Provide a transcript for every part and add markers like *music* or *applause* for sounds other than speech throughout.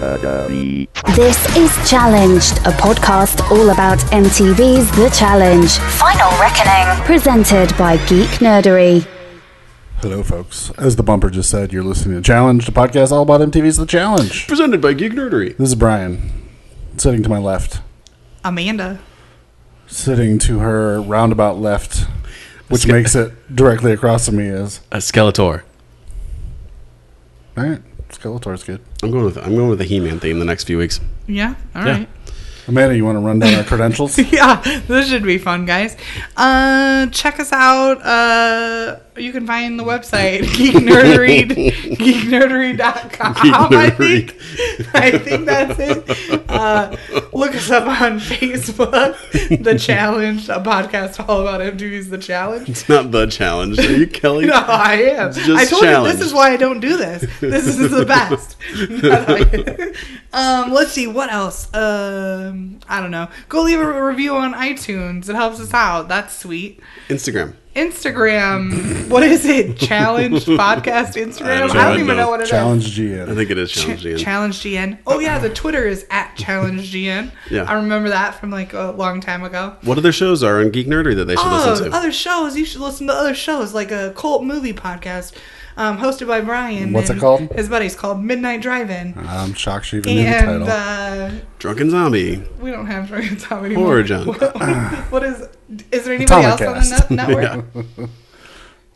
This is Challenged, a podcast all about MTV's The Challenge, Final Reckoning. presented by Geek Nerdery. Hello, folks. As the bumper just said, you're listening to Challenge, the podcast all about MTV's The Challenge. Presented by Geek Nerdery. This is Brian, sitting to my left, Amanda. sitting to her roundabout left, which Skip. makes it directly across from me is. A Skeletor. All right, Skeletor's good. I'm going with I'm going with the He-Man theme the next few weeks. Yeah. All Yeah. right. *laughs* Amanda, you want to run down our *laughs* credentials? Yeah. this should be fun, guys. Uh, check us out. Uh, you can find the website *laughs* geeknerdery geeknerdery.com. I think *laughs* I think that's it. Uh, look us up on *laughs* Facebook. The Challenge, a podcast all about MTV's The Challenge. It's not the challenge. Are you Kelly? *laughs* No, I am. just I told you challenged. this is why I don't do this. This is the best. um, let's see what else. Um, I don't know. Go leave a review on iTunes. It helps us out. That's sweet. Instagram. Instagram. What is it? Challenge podcast Instagram. I don't, even know what it is. Challenge I GN. think it is Ch- challenge. Ian. Challenge GN. Oh yeah, the Twitter is at Challenge GN. Yeah. I remember that from like a long time ago. what other shows are on Geek Nerdery that they should Oh, listen to? other shows. You should listen to other shows like a cult movie podcast um, hosted by Brian. What's it and called? His buddy's called Midnight Drive-In. I'm shocked she even knew the and title. uh, Drunken Zombie. we don't have *laughs* Dragon Tom anymore. Horror junk. What- what is? Is there anybody else on the Atomicast. net- network?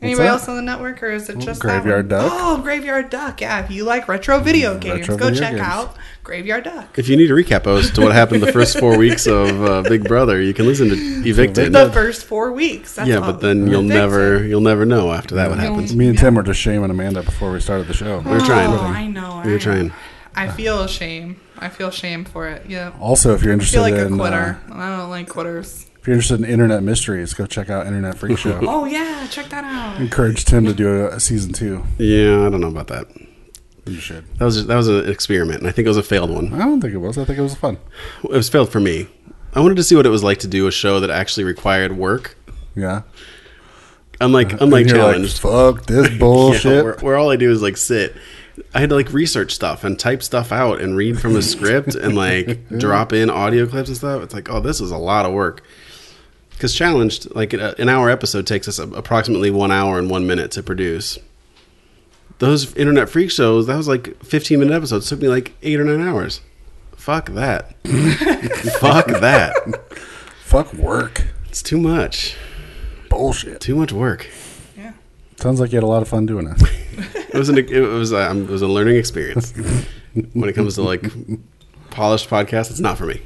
Anybody that? else on the network, or is it just Graveyard that one? Duck. Oh, Graveyard Duck. Yeah, if you like retro video games, retro go video check games. out Graveyard Duck. If you need a recap as to what happened the first four weeks of uh, Big Brother, you can listen to Evicted. The first four weeks. That's yeah, all. but then you'll Fix it. never you'll never know after that what happens. Me and Tim were just shaming Amanda before we started the show. We're trying. Oh, I know. We're I- trying. I feel shame. I feel shame for it. Yeah. I Also, if you're interested feel like a in uh, quitter. I don't like quitters. if you're interested in internet mysteries, go check out Internet Freak Show. *laughs* Oh yeah, check that out. Encourage Tim to do a, a season two. Yeah, I don't know about that. You should. That was that was an experiment, and I think it was a failed one. I don't think it was. I think it was fun. It was failed for me. I wanted to see what it was like to do a show that actually required work. Yeah. Unlike And unlike you're challenged. Like, Fuck this *laughs* Yeah, bullshit. where, where all I do is like sit. I had to like research stuff and type stuff out and read *laughs* from a script and like drop in audio clips and stuff. It's like, oh, this is a lot of work. Because challenged, like a, an hour episode takes us approximately one hour and one minute to produce. Those internet freak shows, that was like fifteen minute episodes. Took me like eight or nine hours. Fuck *laughs* that. Fuck that. Fuck work. It's too much. Bullshit. Too much work. Yeah. Sounds like you had a lot of fun *laughs* doing it. It was an it was a, um, it was a learning experience. when it comes to like polished podcasts, it's not for me.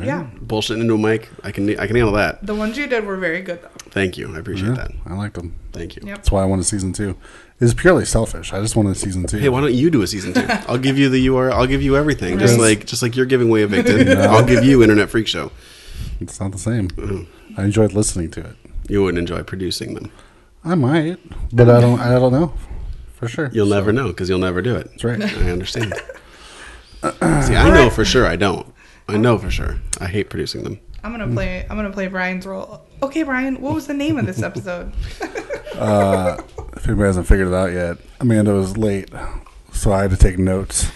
Yeah. Bullshitting into a mic, I can I can handle that. The ones you did were very good though. Thank you, I appreciate that. I liked them. Thank you. Yep. That's why I wanted season two. It's purely selfish. I just wanted season two. Hey, why don't you do a season two? I'll give you the URL. I'll give you everything. Just Right. like just like you're giving away *laughs* evicted. I'll give you Internet Freak Show. it's not the same. Mm. I enjoyed listening to it. You wouldn't enjoy producing them. I might, but I don't. I don't know for sure. You'll never know because you'll never do it. That's right. I understand. See, I know for sure. I don't. I know for sure. I hate producing them. I'm gonna play. I'm gonna play Brian's role. Okay, Brian, what was the name of *laughs* this episode? If anybody hasn't figured it out yet, Amanda was late, so I had to take notes.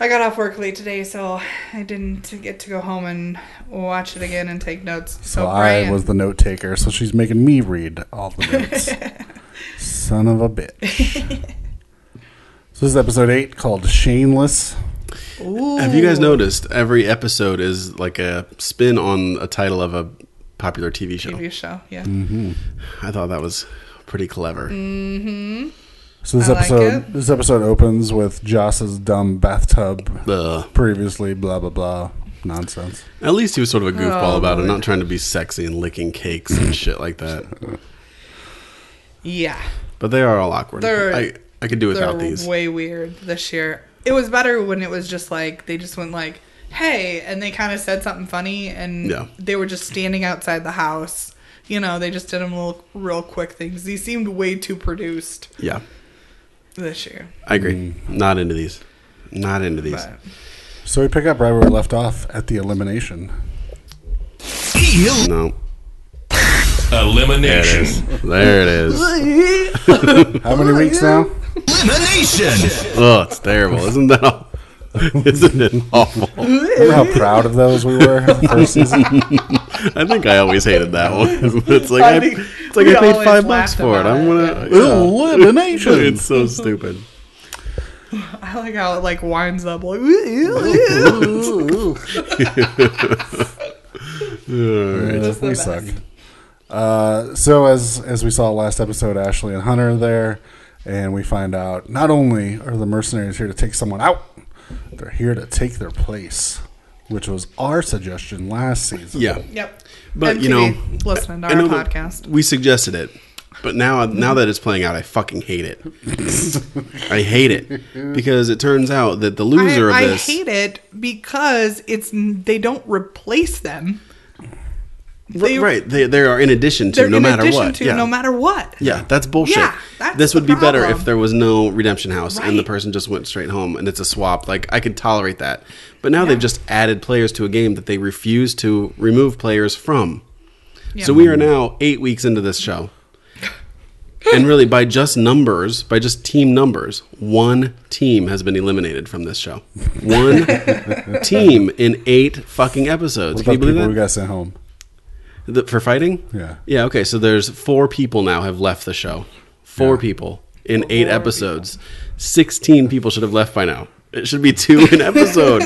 I got off work late today, so I didn't get to go home and watch it again and take notes. So So, I Brian, was the note taker. So she's making me read all the *laughs* notes. Son of a bitch. so this is episode eight called "Shameless." Have you guys noticed every episode is like a spin on a title of a popular TV show? TV show. Yeah. I thought that was pretty clever. So this I like episode it. this episode opens with Joss's dumb bathtub Ugh. previously blah blah blah nonsense. At least he was sort of a goofball Oh, about it, Lord. not trying to be sexy and licking cakes *laughs* and shit like that. Yeah. But they are all awkward. They're- I, I could do without they're these. way weird this year. It was better when it was just like they just went like, "Hey," and they kind of said something funny, and Yeah. they were just standing outside the house. You know, they just did them little real quick things. These seemed way too produced yeah, this year. I agree. Not into these. Not into these. But So we pick up right where we left off at the elimination. No. There it Elimination. is. There it is. *laughs* Oh, How many weeks now? Elimination. Oh, it's terrible. Isn't that all? Isn't it awful? Remember how proud of those we *laughs* were first season? I think I always hated that one. *laughs* it's like I, I think it's like we I paid always five bucks laughed for it. about I'm it, gonna. yeah. *laughs* It's Eliminations. so stupid. I like how it like winds up like *laughs* "Ooh, ooh, ooh." Alright. Uh, we best. suck. Uh, so as as we saw last episode, Ashley and Hunter are there, and we find out not only are the mercenaries here to take someone out, they're here to take their place, which was our suggestion last season. Yeah. Yep. But, you MTV, listening to I our know that podcast. We suggested it, but now now that it's playing out, I fucking hate it. I hate it because it turns out that the loser I, of I this hate it because it's they don't replace them. They- right they they are in addition to They're no in matter addition what to yeah no matter what. yeah that's bullshit. Yeah, that's this the would be better if problem. there was no redemption house and the Right. person just went straight home and it's a swap. Like I could tolerate that, but now they've just added players to a game that they refuse to remove players from. Yeah. So we are now eight weeks into this *laughs* show. and really, by just numbers, by just team numbers, one team has been eliminated from this show. *laughs* One team in eight fucking episodes. What Can you about believe people that? who got sent home? The, for fighting? Yeah. Yeah, okay. So there's four people now have left the show. Four people in eight episodes. 16 people should have left by now. It should be two an *laughs* episode.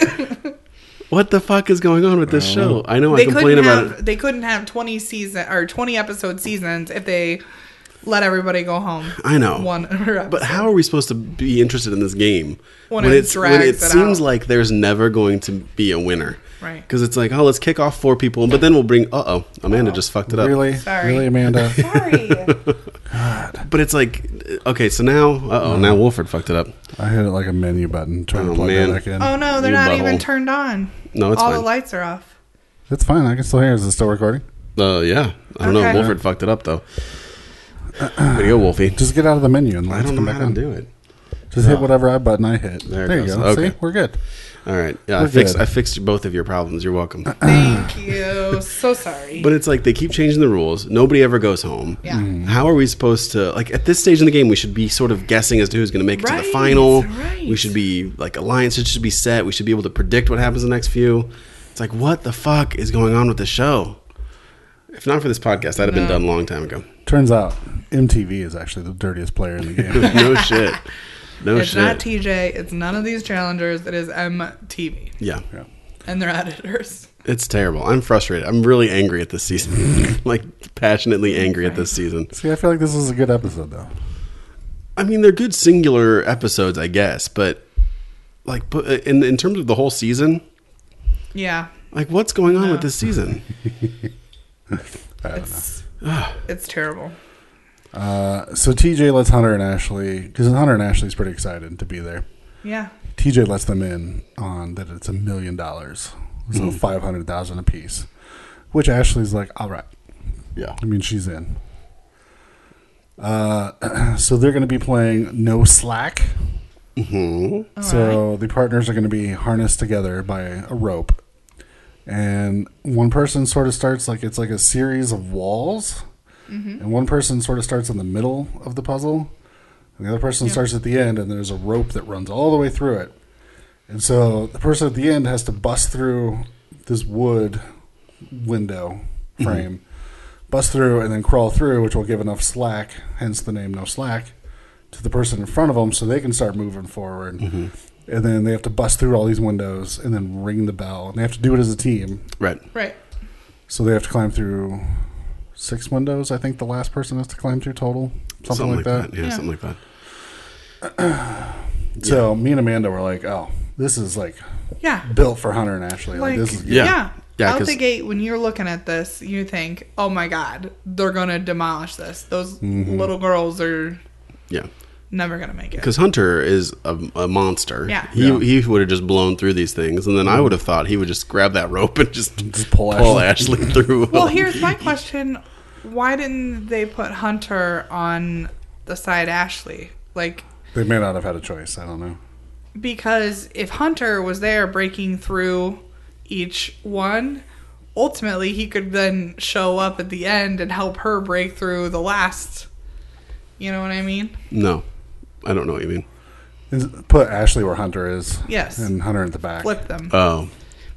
what the fuck is going on with this show? I know I They complain couldn't about have it. they couldn't have twenty season or twenty episode seasons if they let everybody go home. I know. One *laughs* per episode. But how are we supposed to be interested in this game When it when it drags it seems out. like there's never going to be a winner? Right. Because it's like, oh, let's kick off four people, but then we'll bring. Uh oh, Amanda just fucked it up. Really, Sorry. really, *laughs* Amanda. sorry. But it's like, okay, so now, uh oh, now Wolford fucked it up. I hit it like a menu button trying Oh, to plug man. it back in. oh no, they're You not butthole. even turned on. No, it's all the fine. lights are off. That's fine. I can still hear. Is it still recording? Uh, yeah. I don't know. Okay. Wolford fucked it up though. There you go, Wolfie. Just get out of the menu and I let's don't come know back how to on. do it. Just hit whatever I button I hit. There There, it you goes. go. Okay. See, we're good. All right. Yeah, I We're fixed. good. I fixed both of your problems. *clears throat* You're welcome. Thank you. So sorry. But it's like they keep changing the rules. Nobody ever goes home. Yeah. Mm. Mhm. How are we supposed to like at this stage in the game? We should be sort of guessing as to who's going to make it to the Right, final. right. We should be like alliances should be set. We should be able to predict what happens the next few. It's like what the fuck is going on with the show? If not for this podcast, that'd have been done a long time ago. Turns out MTV is actually the dirtiest player in the *laughs* game. no shit. No it's shit. not TJ. It's none of these challengers. It is MTV yeah. yeah. and their editors. It's terrible. I'm frustrated. I'm really angry at this season. *laughs* like passionately angry at this season. See, I feel like this was a good episode though. I mean, they're good singular episodes, I guess, but like but uh, in in terms of the whole season, Yeah. like what's going on with this season? It's, it's terrible. Uh, so TJ lets Hunter and Ashley because Hunter and Ashley's pretty excited to be there. Yeah. TJ lets them in on that it's a million dollars, so five hundred thousand apiece. Which Ashley's like, all right. Yeah. I mean, she's in. Uh, *clears throat* so they're going to be playing No Slack. Mm-hmm. So the partners are going to be harnessed together by a rope. And one person sort of starts like it's like a series of walls. And one person sort of starts in the middle of the puzzle. And the other person starts at the end, and there's a rope that runs all the way through it. And so the person at the end has to bust through this wood window frame, bust through, and then crawl through, which will give enough slack, hence the name No Slack, to the person in front of them so they can start moving forward. And then they have to bust through all these windows and then ring the bell. And they have to do it as a team. Right. Right. So they have to climb through six windows, I think the last person has to climb through total. Something, like, that. Yeah, Yeah. something like that. So me and Amanda were like, oh, this is like Yeah. built for Hunter and Ashley. Like, Like, this is Yeah. yeah. Yeah, Out 'cause- the gate, when you're looking at this, you think, oh my God, they're going to demolish this. Those Mm-hmm. little girls are Yeah. never going to make it. Because Hunter is a, a monster. Yeah. He, Yeah. he would have just blown through these things, and then I would have thought he would just grab that rope and just, Just pull Ashley, through. Well, *laughs* here's my question Why didn't they put Hunter on the side Ashley? Like, They may not have had a choice. I don't know. because if Hunter was there breaking through each one, ultimately he could then show up at the end and help her break through the last. You know what I mean? No, I don't know what you mean. Is- Put Ashley where Hunter is. Yes. And Hunter at the back. flip them Oh,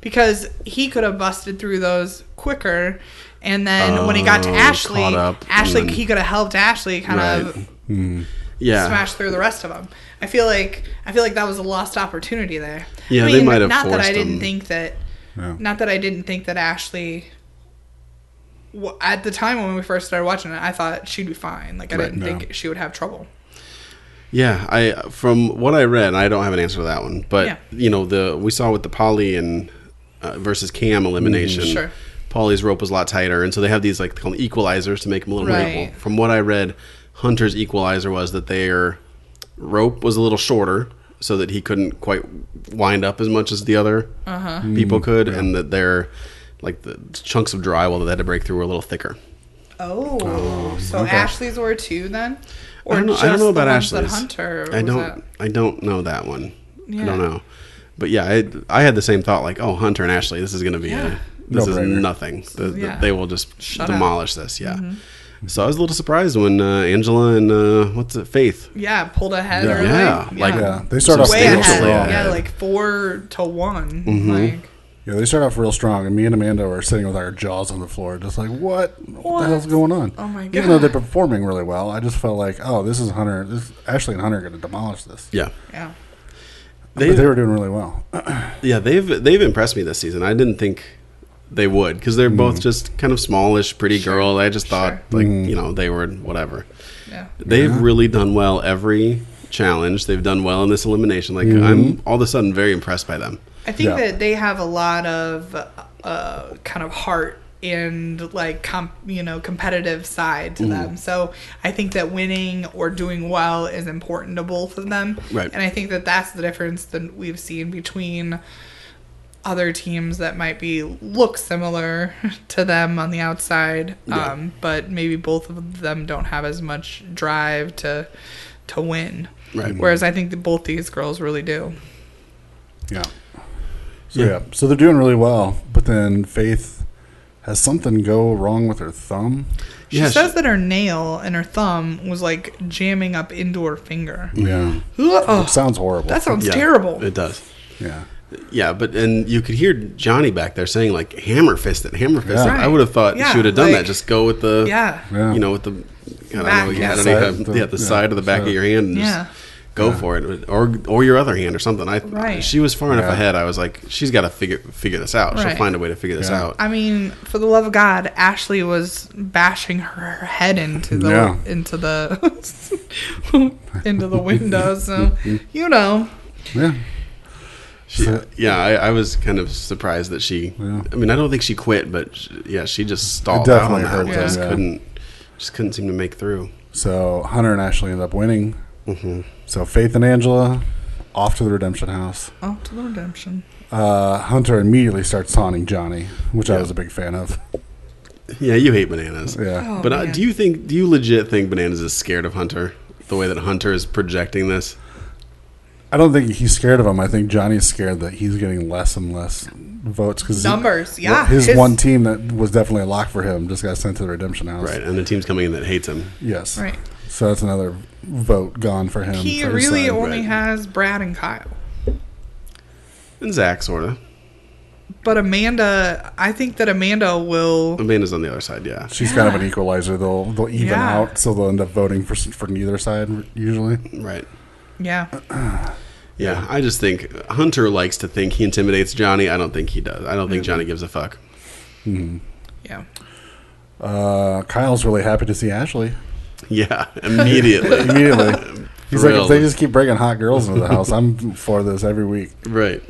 because he could have busted through those quicker. And then when he got to Oh, Ashley, caught up, and Ashley then- he could have helped Ashley kind of Right. yeah. smash through the rest of them. I feel like I feel like that was a lost opportunity there. Yeah, I they might have Not that I forced didn't them. think that. Yeah. Not that I didn't think that Ashley. w- At the time when we first started watching it, I thought she'd be fine. Like I Right, didn't no. think she would have trouble. Yeah, I from what I read, and I don't have an answer to that one, but Yeah. you know the we saw with the Polly and uh, versus Cam elimination, Mm-hmm. Sure. Polly's rope was a lot tighter, and so they have these like they call them equalizers to make them a little more Right. equal. From what I read, Hunter's equalizer was that their rope was a little shorter, so that he couldn't quite wind up as much as the other Uh-huh. people could, and that their like the chunks of drywall that they had to break through were a little thicker. Oh, so okay. Ashley's were too then, I don't know, I don't know about Ashley's. Hunter. I was don't. at? I don't know that one. I Yeah. don't know. But yeah, I, I had the same thought. Like, oh, Hunter and Ashley, this is going to be Yeah. a this is No-brainer. nothing. The- the- Yeah. They will just up. Mm-hmm. demolish this. Yeah. So I was a little surprised when uh, Angela and uh, what's it, Faith. Yeah, pulled ahead. Yeah. early. Yeah, like, yeah. They start off way real ahead. substantially strong. Yeah, ahead. like four to one. Mm-hmm. Like Yeah, they start off real strong, and me and Amanda are sitting with our jaws on the floor, just like, what, what, What? the hell's going on? Oh my Even though God. they're performing really well, I just felt like, oh, this is Hunter. This Ashley and Hunter are going to demolish this. Yeah. yeah. but they They, were doing really well. *clears throat* yeah, they've they've impressed me this season. I didn't think they would because they're Mm-hmm. both just kind of smallish, pretty girl. I just thought Sure. like Mm. you know they were whatever. Yeah. They've really done well every challenge. They've done well in this elimination. Like Mm-hmm. I'm all of a sudden very impressed by them. I think Yeah. that they have a lot of uh, kind of heart and like com- you know competitive side Mm. to them. So I think that winning or doing well is important to both of them. Right. And I think that that's the difference that we've seen between other teams that might be look similar *laughs* to them on the outside Yeah. um, but maybe both of them don't have as much drive to to win Right. whereas i think that both these girls really do Yeah. So yeah. so they're doing really well, but then Faith has something go wrong with her thumb. She Yeah, she- says that her nail and her thumb was like jamming up into her finger. Yeah, Ugh, sounds horrible. that sounds Yeah, terrible. It does. yeah. Yeah, but and you could hear Johnny back there saying like hammer fist it, hammer fist it. Yeah. I would have thought Yeah, she would have done that. like- Just go with the Yeah. Yeah. you know, with the God, I Back. don't know, Yeah, yeah, I don't side know, of the, the- yeah, the yeah, side of the back side. of your hand and Yeah. just go for it. Or or your other hand or something. I Right. she was far enough Yeah. ahead, I was like, She's gotta figure figure this out. She'll Right. find a way to figure this Yeah. out. I mean, for the love of God, Ashley was bashing her head into the Yeah. into the *laughs* into the *laughs* window. So you know, Yeah. She- So- yeah, I, I was kind of surprised that she. Yeah. I mean, I don't think she quit, but sh yeah, she just stalled It out on definitely that. hurt one. them, Just yeah. couldn't, just couldn't seem to make through. So Hunter and Ashley end up winning. So Faith and Angela off to the Redemption House. off to the redemption. Uh, Hunter immediately starts taunting Johnny, which I was a big fan of. Yeah, you hate bananas. Yeah. Oh, but uh, man. do you think? Do you legit think bananas is scared of Hunter? The way that Hunter is projecting this. I don't think he's scared of him. I think Johnny's scared that he's getting less and less votes because Numbers, yeah. his, His- one team that was definitely a lock for him just got sent to the Redemption House. Right, and the team's coming in that hates him. Yes. Right. So that's another vote gone for him. He for his really side. only right. has Brad and Kyle. And Zach, sort of. But Amanda, I think that Amanda will. Amanda's on the other side. Yeah, She's kind of an equalizer. They'll they'll even Yeah. out, so they'll end up voting for s- for neither side usually. right. Yeah, Yeah, I just think Hunter likes to think he intimidates Johnny. I don't think he does. I don't think Johnny gives a fuck. *laughs* yeah. Uh, Kyle's really happy to see Ashley Yeah, immediately. immediately. He's like, if Thrilled. they just keep bringing hot girls into the house, I'm for this every week. Right.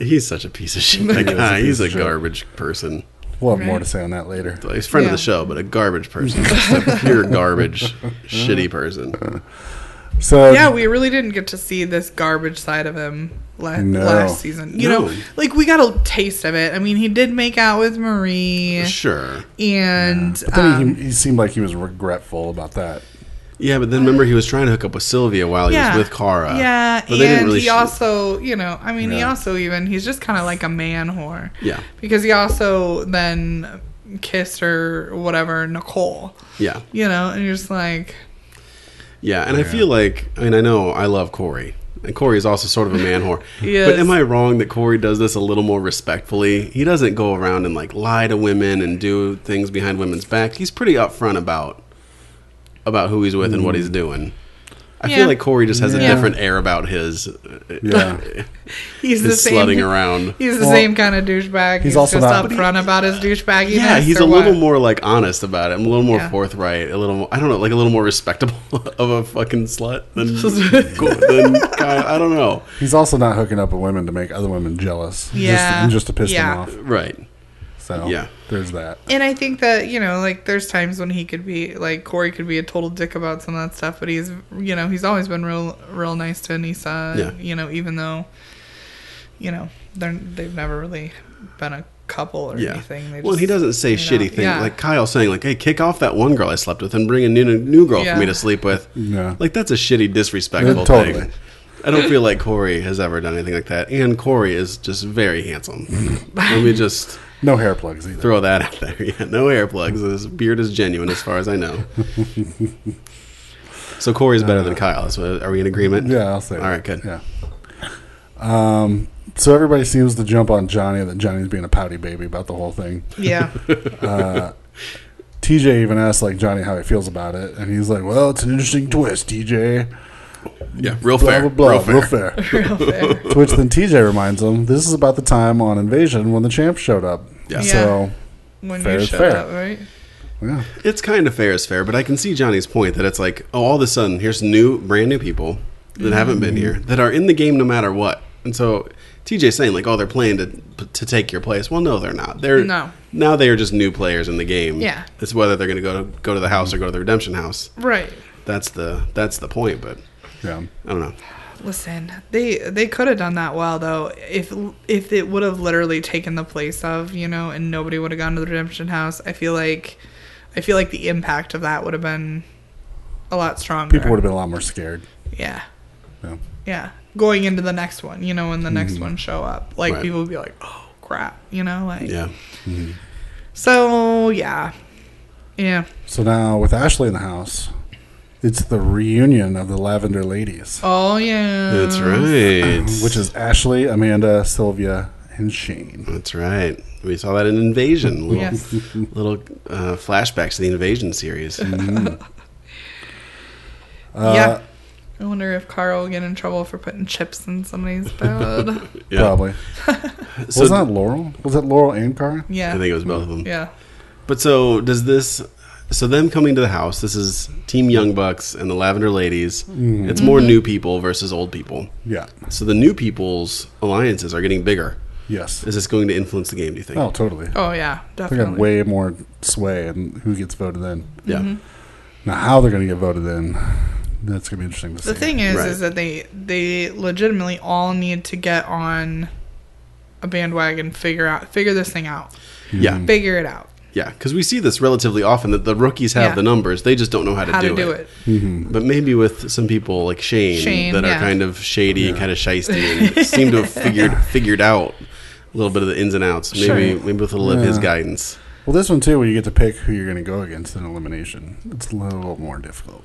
He's such a piece of *laughs* shit. That is a guy. piece He's of a shit. garbage person. We'll have more Right. to say on that later. Like, He's a friend of Yeah. the show, but a garbage person. Just *laughs* a pure garbage, shitty person. Um, So yeah, we really didn't get to see this garbage side of him la- No. last season. You No. know, like we got a taste of it. I mean, he did make out with Marie, Sure. and But then um, he, he seemed like he was regretful about that. Yeah, but then remember he was trying to hook up with Sylvia while he yeah, was with Kara. Yeah, but and they didn't really. he sh- also, you know, I mean, he Yeah. also even he's just kind of like a man whore. Yeah. because he also then kissed her, whatever, Nicole. yeah, You know, and you're just like, Yeah, and I feel like I mean I know I love Corey, and Corey is also sort of a man *laughs* whore. Yes. But am I wrong that Corey does this a little more respectfully? He doesn't go around and like lie to women and do things behind women's back. He's pretty upfront about about who he's with and what he's doing. I Mm. Yeah. feel like Corey just has a Yeah. different air about his Yeah. *laughs* He's the his same. slutting *laughs* around. He's the Well, same kind of douchebag. He's, also just not- upfront about his douchebagginess. Yeah, he's or a little what? more like honest about it. I'm a little more Yeah. forthright. A little, more, I don't know, like a little more respectable *laughs* of a fucking slut than, *laughs* than Kyle. I don't know. He's also not hooking up with women to make other women jealous. Yeah. Just, just to piss Yeah. them off. Right. So Yeah. there's that. And I think that you know, like, there's times when he could be like Corey could be a total dick about some of that stuff, but he's you know he's always been real real nice to Anissa. Yeah. You know, even though you know they're they've never really been a couple or Yeah. anything. They well, he just- doesn't say you know, shitty things yeah. like *laughs* Kyle saying like, "Hey, kick off that one girl I slept with and bring a new new girl Yeah. for me to sleep with." Yeah. Like that's a shitty, disrespectful Yeah, totally. thing. I don't feel like Corey has ever done anything like that, and Corey is just very handsome. *laughs* Let me just No hair plugs either. throw that out there. *laughs* Yeah, no hair plugs. His beard is genuine, as far as I *laughs* know. so Corey's better than Kyle. So are we in agreement? Yeah, I'll say. All that. right, good. Yeah. Um, so everybody seems to jump on Johnny that Johnny's being a pouty baby about the whole thing. Yeah. *laughs* TJ even asked like Johnny how he feels about it, and he's like, "Well, it's an interesting twist, TJ." Yeah, real Blah fair. blah blah. real fair. Real fair. *laughs* to which then TJ reminds him, "This is about the time on Invasion when the champ showed up." Yeah. So when Fair you is shut fair. up, right? yeah, It's kind of fair as fair, but I can see Johnny's point that it's like, oh, all of a sudden, here's new, brand new people that haven't been here that are in the game no matter what. And so TJ's saying like, oh, they're playing to to take your place. Well, no, they're not. They're No. now they are just new players in the game. Yeah. it's whether they're going to go to go to the house or go to the redemption house. Right. That's the that's the point. But yeah. I don't know. Listen, they they could have done that well though if if it would have literally taken the place of you know and nobody would have gone to the redemption house. I feel like I feel like the impact of that would have been a lot stronger. People would have been a lot more scared. been yeah Yeah. yeah going into the next one you know when the next one show up like Mm-hmm. Right. people would be like oh crap you know like Yeah, so yeah yeah So now with Ashley in the house, it's the reunion of the Lavender Ladies, oh yeah that's right. which is Ashley, Amanda, Sylvia, and Shane. That's right. We saw that in Invasion. Little, Yes. little uh, flashbacks to the Invasion series. Mm-hmm. uh, yeah. I wonder if Carl will get in trouble for putting chips *laughs* in somebody's bed. *laughs* Yeah. *laughs* Probably. So was that Laurel? Was that Laurel and Car? yeah. I think it was both of them. yeah. But so does this? So them coming to the house. This is Team Young Bucks and the Lavender Ladies. It's Mm-hmm. more new people versus old people. Yeah. So the new people's alliances are getting bigger. Yes. Is this going to influence the game? Do you think? Oh, totally. Oh yeah, They got definitely. way more sway and who gets voted in. yeah. Mm-hmm. Now, how they're going to get voted in, that's going to be interesting to see. the thing is, Right. is that they they legitimately all need to get on a bandwagon, figure out, figure this thing out, Yeah, figure it out, yeah, because we see this relatively often that the rookies have Yeah. the numbers, they just don't know how to, how do, to do it. it. But maybe with some people like Shane, Shane, that yeah. are kind of shady, kind of shisty, *laughs* and seem to have figured figured out a little bit of the ins and outs. Maybe Sure. maybe with a little of his Yeah. guidance. well, this one, too, where you get to pick who you're going to go against in elimination, it's a little more difficult.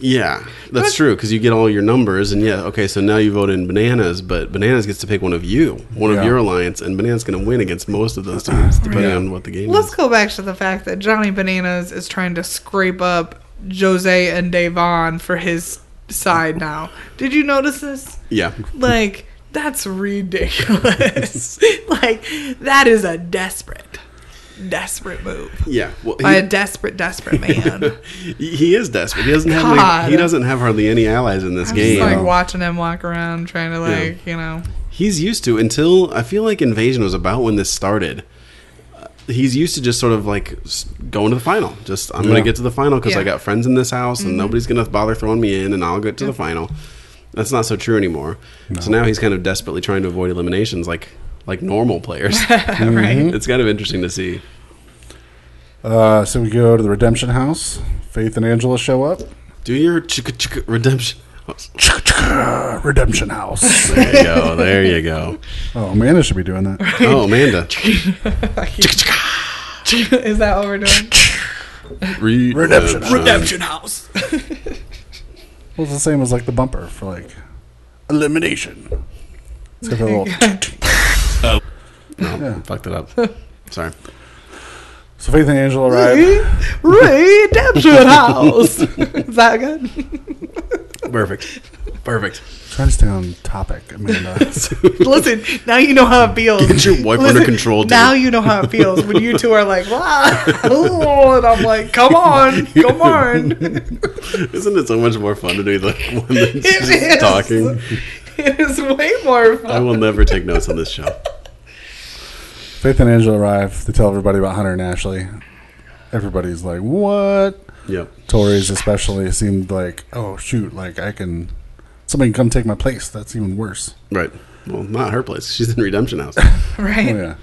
Yeah, that's true because you get all your numbers, and yeah, okay, so now you vote in bananas, but bananas gets to pick one of you, one Yeah. of your alliance, and bananas going to win against most of those teams, depending Yeah. on what the game Let's is. go back to the fact that Johnny Bananas is trying to scrape up Jose and Davon for his side now. Did you notice this? Yeah, Like that's ridiculous. *laughs* like that is a desperate, desperate move. yeah. Well, by a he, desperate, desperate *laughs* man. he is desperate. He doesn't have God. any, he doesn't have hardly any allies in this I'm game. just like watching him walk around, trying to like, you know, He's used to until I feel like Invasion was about when this started. Uh, He's used to just sort of like s- going to the final. Just I'm Yeah. gonna get to the final because Yeah. Mm-hmm. I got friends in this house and nobody's gonna bother throwing me in, and I'll get to the final. That's not so true anymore. So now he's kind of desperately trying to avoid eliminations, like like normal *laughs* players. right? it's kind of interesting to see. Uh, so we go to the Redemption House. Faith and Angela show up. Do your chicka chicka redemption. Oh, Chicka-chicka, Redemption House. There you go. There you go. oh, Amanda should be doing that. *laughs* Oh, Amanda. *laughs* is that what we're doing? Re- Redemption. uh, Redemption House. Well, it's the same as like the bumper for like elimination. It's got a little. no, Fucked it up. *laughs* Sorry. So Faith and Angela ride. *laughs* *laughs* Redemption House. Is that good? Perfect. Perfect. Trying to stay on topic, Amanda. Listen, now you know how it feels. Get your wife under Listen, control, dude. Now you know how it feels when you two are like, wow, ooh," and I'm like, come on, come on. *laughs* Isn't it so much more fun to do the *laughs* one that's It just is. talking? It is way more fun. I will never take notes on this show. Faith and Angela arrive. They tell everybody about Hunter and Ashley. Everybody's like, "What?" Yep. Tories especially seemed like, "Oh shoot! Like I can, somebody can come take my place." That's even worse. Right. Well, not her place. She's in Redemption *laughs* House. Oh right. yeah.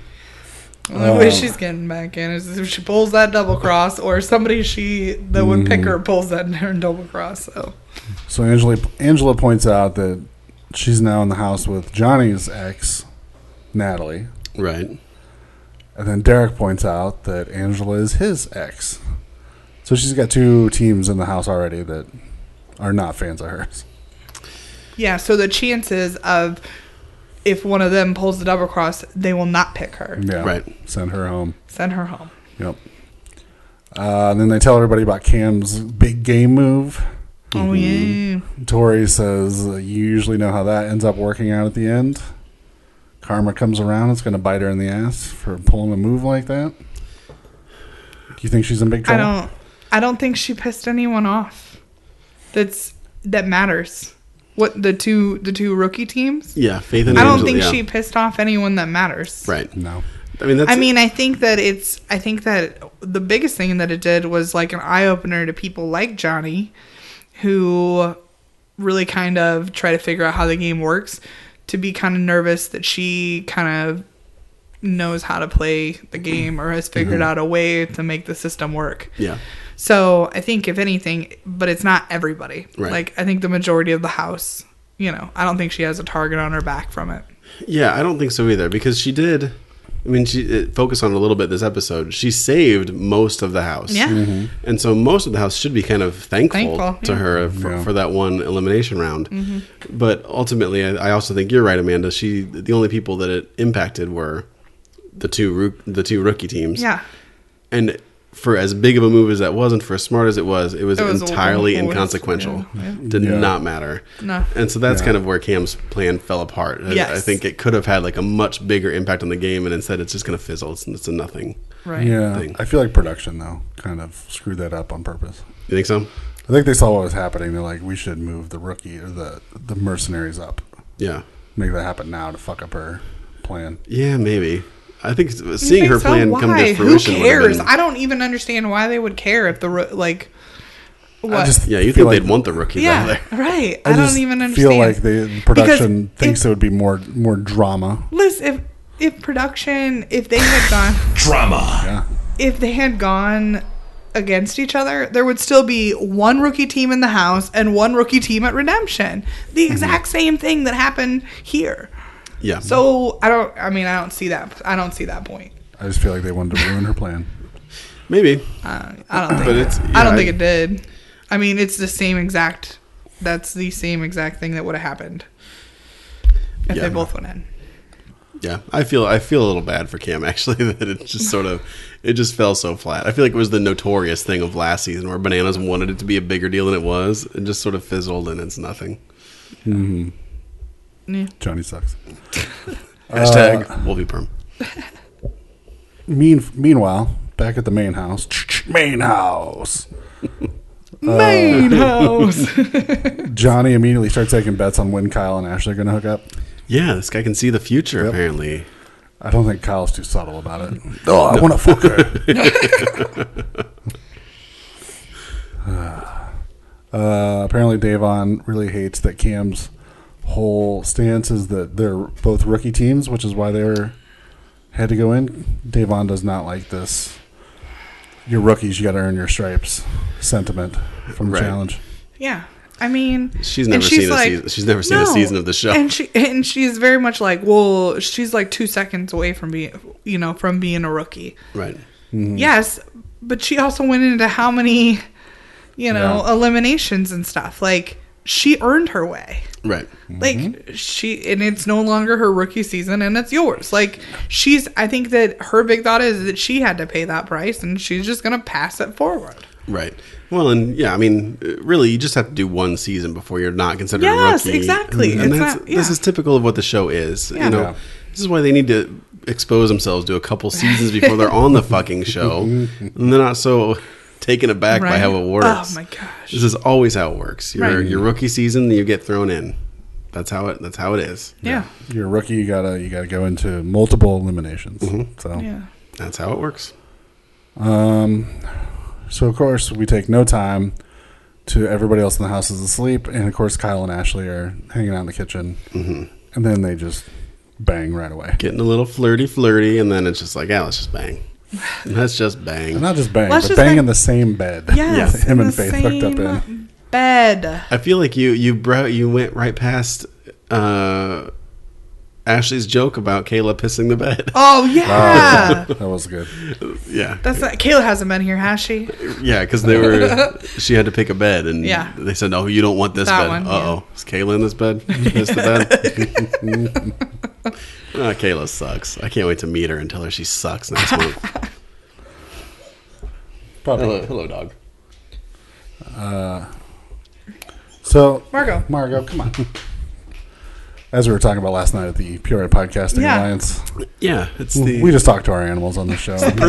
The way Um, she's getting back in is if she pulls that double cross, or somebody she that would pick Mm. her pulls that *laughs* double cross. So So Angela Angela points out that she's now in the house with Johnny's ex, Natalie, Right. and then Derek points out that Angela is his ex. So she's got two teams in the house already that are not fans of hers. yeah, so the chances of if one of them pulls the double cross, they will not pick her. Yeah, Right. Send her home. Send her home. Yep. Uh, and then they tell everybody about Cam's big game move. Mm-hmm. Oh yeah. Tori says, uh, You usually know how that ends up working out at the end. Karma comes around, it's going to bite her in the ass for pulling a move like that. Do you think she's in big I trouble? don't I don't think she pissed anyone off. That's that matters. What the two the two rookie teams? Yeah. Faith and I don't Angela, think yeah. she pissed off anyone that matters. Right. No. I mean, that's. I mean, I think that it's. I think that the biggest thing that it did was like an eye opener to people like Johnny, who really kind of try to figure out how the game works, to be kind of nervous that she kind of knows how to play the game or has figured out a way to make the system work. Mm-hmm. Yeah. So I think if anything, but it's not everybody. Right. Like I think the majority of the house. You know, I don't think she has a target on her back from it. Yeah, I don't think so either because she did. I mean, she it focused on it a little bit this episode. She saved most of the house. Yeah. Mhm. And so most of the house should be kind of thankful, Thankful, to yeah. Mm-hmm. her for, Yeah. for that one elimination round. But ultimately, I, I also think you're right, Amanda. She the only people that it impacted were the two roo- the two rookie teams. Yeah. And for as big of a move as that was, and for as smart as it was, it was, It was entirely always- inconsequential. yeah, yeah. Did Yeah. not matter. No. And so that's Yeah. kind of where Cam's plan fell apart. I, Yes. I think it could have had like a much bigger impact on the game, and instead it's just going to fizzle. It's, it's a nothing. Right. Yeah. Thing. I feel like production, though, kind of screwed that up on purpose. You think so? I think they saw what was happening. They're like, We should move the rookie or the, the mercenaries up. Yeah. Make that happen now to fuck up her plan. Yeah, maybe. I think seeing You think her so? plan come Why? to fruition. Who would have cares? been- I don't even understand why they would care if the ro- like what. I just yeah, feel you think like- they'd want the rookies yeah, out there? right. I, I, don't just even understand. feel like the production thinks it would be more more drama. Liz, if if production, if they had gone, Drama. Yeah. if they had gone against each other, there would still be one rookie team in the house and one rookie team at Redemption. The Mm-hmm. exact same thing that happened here. *laughs* Yeah. So I don't. I mean, I don't see that. I don't see that point. I just feel like they wanted to ruin her plan. maybe. I don't think. But it's- I yeah, don't I- think it did. I mean, it's the same exact. That's the same exact thing that would have happened if Yeah. they both went in. Yeah, I feel I feel a little bad for Cam *laughs* actually that it just sort of it just fell so flat. I feel like it was the notorious thing of last season where bananas wanted it to be a bigger deal than it was, and just sort of fizzled and it's nothing. Yeah. Johnny sucks. Hashtag Uh, Wolfie Perm. Mean, meanwhile, back at the main house, main house, Uh, *laughs* Main house. Johnny immediately starts taking bets on when Kyle and Ashley are going to hook up. Yeah, this guy can see the future apparently. I don't think Kyle's too subtle about it. *laughs* Oh, I want to fuck her. *laughs* uh, apparently, Davon really hates that Cam's whole stance is that they're both rookie teams, which is why they were had to go in. Davon does not like this. You're rookies, you got to earn your stripes. Sentiment from the Right. challenge. Yeah. I mean, She's and never seen a season- she's never seen a season of the show. and she and she's very much like, well, she's like two seconds away from being, you know, from being a rookie. Right. Yes, but she also went into how many, you know, Yeah. eliminations and stuff. Like she earned her way. Right. Mm-hmm. Like she and it's no longer her rookie season and it's yours. Like she's I think that her big thought is that she had to pay that price and she's just going to pass it forward. Right. Well, and yeah, I mean, uh, really, you just have to do one season before you're not considered Yes, a rookie. exactly. And, It's that's, not- yeah. this is typical of what the show is. Yeah. You know, Yeah. this is why they need to expose themselves to a couple seasons before they're on the fucking show, and they're not so taken aback by Right? how it works. Oh my gosh. This is always how it works. Your Right. your rookie season, you get thrown in. That's how it. That's how it is. Yeah. You're a rookie. You gotta you gotta go into multiple eliminations. So Yeah. That's how it works. so of course we take no time to everybody else in the house is asleep, and of course Kyle and Ashley are hanging out in the kitchen, and then they just bang right away. Getting a little flirty, flirty, and then it's just like, yeah, let's just *sighs* bang. Let's just bang. Not just bang, Let's but just bang bang- in the same bed. *laughs* Yes. that *laughs* him in and the Faith hooked up in. same Bed. I feel like you you bro you went right past uh, Ashley's joke about Kayla pissing the bed. Oh yeah. That was good. *laughs* yeah, *laughs* That's not Kayla hasn't been here, has she? yeah, because they *laughs* were she had to pick a bed, and Yeah. they said, "Oh, you don't want this That bed." one, Uh oh, is Kayla in this bed? You Pissed the bed. *laughs* *laughs* Ah, Kayla sucks. I can't wait to meet her and tell her she sucks next month. *laughs* Probably. hello, hello, dog. So Uh-huh. Margo. Margo, come on. As we were talking about last night at the Peoria Podcasting Yeah. Alliance, Yeah, it's the Mm, we just talk to our animals on the show. We don't-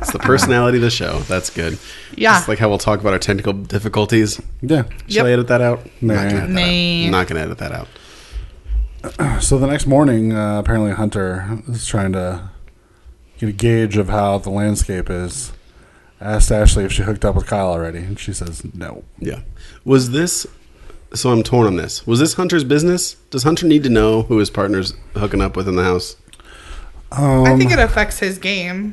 it's the personality of the show. That's good. Yeah. Just like how we'll talk about our technical difficulties. yeah. Should I Yep. edit that out? I'm not gonna edit that out. Nah. I'm not gonna edit that out. So the next morning, uh, apparently Hunter is trying to get a gauge of how the landscape is. Asked Ashley if she hooked up with Kyle already, and she says no. Yeah. Was this? So I'm torn on this. Was this Hunter's business? Does Hunter need to know who his partner's hooking up with in the house? I think it affects his game.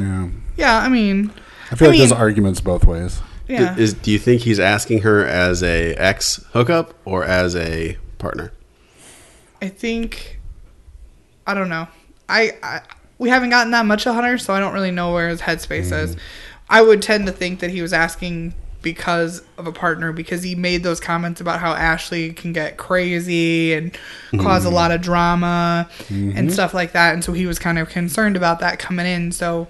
Oh Yeah. yeah, I mean I feel I like there's mean- arguments both ways. yeah. Is do you think he's asking her as a ex hookup or as a partner? I think I don't know. I, I we haven't gotten that much of Hunter, so I don't really know where his headspace is. I would tend to think that he was asking because of a partner because he made those comments about how Ashley can get crazy and cause a lot of drama and stuff like that, and so he was kind of concerned about that coming in. So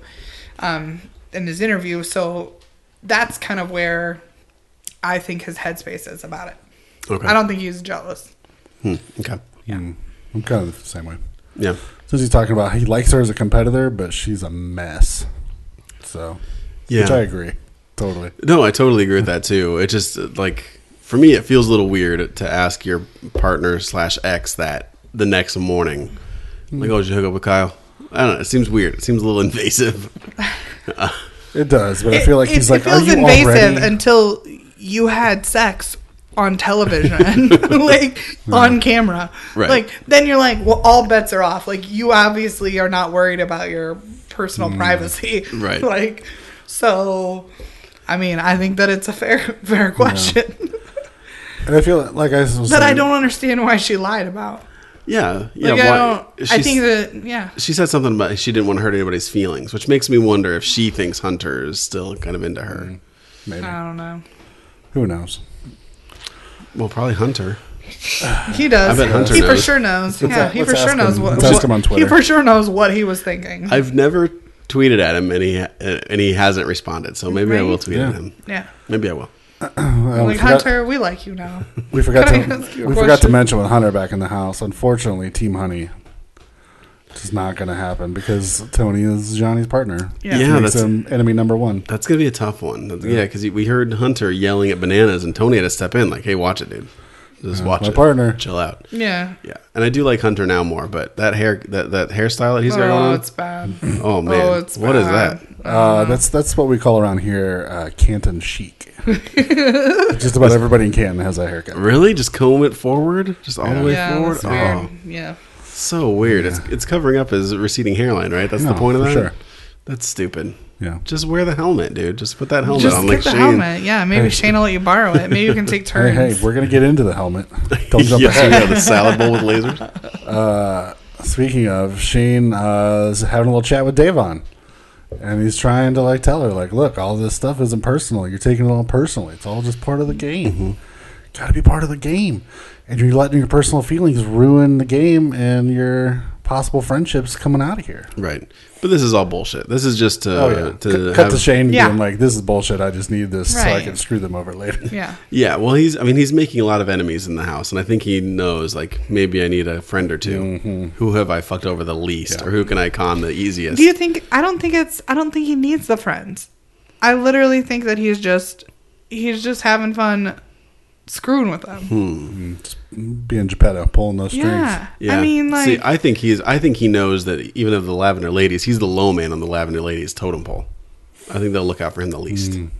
um, in his interview, so that's kind of where I think his headspace is about it. Okay. I don't think he's jealous. Hmm, okay. Yeah. Mm, I'm kind of the same way. Yeah. Since he's talking about he likes her as a competitor, but she's a mess. So, Yeah. which I agree totally. No, I totally agree with that too. It just uh, like for me, it feels a little weird to ask your partner slash ex that the next morning. Like, oh, did you hook up with Kyle? I don't know. It seems weird. It seems a little invasive. *laughs* It does, but I feel like it, he's it like, feels are you invasive already? until you had sex on television, *laughs* like Hmm. on camera. Right. Like then you're like, well, all bets are off. Like you obviously are not worried about your personal Hmm. privacy. Right. *laughs* Like so. I mean, I think that it's a fair *laughs* fair question *laughs* and I feel like I was saying, that I don't understand why she lied about. Yeah. Yeah. Like why- I don't. I she's- think that yeah. She said something about she didn't want to hurt anybody's feelings, which makes me wonder if she thinks Hunter is still kind of into her. Maybe. I don't know. Who knows? Well, probably Hunter. He does. I bet Hunter he for knows. sure knows. Yeah, Let's- he let's for sure ask knows him. what, Let's ask what- him on he Twitter. for sure knows what he was thinking. I've never tweeted at him and he uh, and he hasn't responded, so maybe I will Right? tweet Yeah. at him. yeah. Maybe I will. Oh, Well, we like forgot, Hunter, we like *laughs* you now. we forgot Can I to ask you a we forgot to question? mention with Hunter back in the house. Unfortunately, Team Honey is not going to happen because Tony is Johnny's partner. Yeah. Yeah, makes that's- him enemy number one. That's gonna be a tough one. That's- Yeah, because we heard Hunter yelling at bananas, and Tony had to step in, like, "Hey, watch it, dude. Just watch my it. partner." Chill out." Yeah. Yeah, and I do like Hunter now more, but that hair, that, that hairstyle that he's got Oh, on. *laughs* it's bad. oh man, What is it's bad. that? Uh-huh. Uh, that's that's what we call around here uh, Canton *laughs* chic. Just about everybody in Canton has a haircut. Really? Just comb it forward, just all the way Yeah, forward. that's weird. Oh, Yeah. So weird. It's it's covering up his receding hairline, right? That's No, the point of for that. sure. That's stupid. Yeah. Just wear the helmet, dude. Just put that helmet Just on, get like the Shane. helmet. Yeah, maybe Shane will let you borrow it. Maybe you *laughs* can take Hey, turns. hey, we're gonna get into the helmet. Don't jump yeah, ahead. yeah, the salad bowl *laughs* with lasers. Speaking of, Shane uh, is having a little chat with Davon. And he's trying to like tell her, like, look, all this stuff isn't personal. You're taking it all personally. It's all just part of the game. Mm-hmm. Got to be part of the game. And you're letting your personal feelings ruin the game and your possible friendships coming out of here. Right. But this is all bullshit. This is just to, Oh yeah. to cut, have, cut to Shane Yeah. being like, "This is bullshit. I just need this so I Right. can screw them over later." *laughs* Yeah. Yeah, well, he's. I mean, he's making a lot of enemies in the house, and I think he knows. Like, maybe I need a friend or 2 Mm-hmm. Who have I fucked over the least, or who can I con the easiest? Do you think I don't think it's I don't think he needs the friends. I literally think that he's just he's just having fun screwing with them. Hmm. Mm, being Geppetto, pulling those strings. Yeah. I mean like see, I think he's. I think he knows that even of the Lavender Ladies, he's the low man on the Lavender Ladies totem pole. I think they'll look out for him the least. Mm.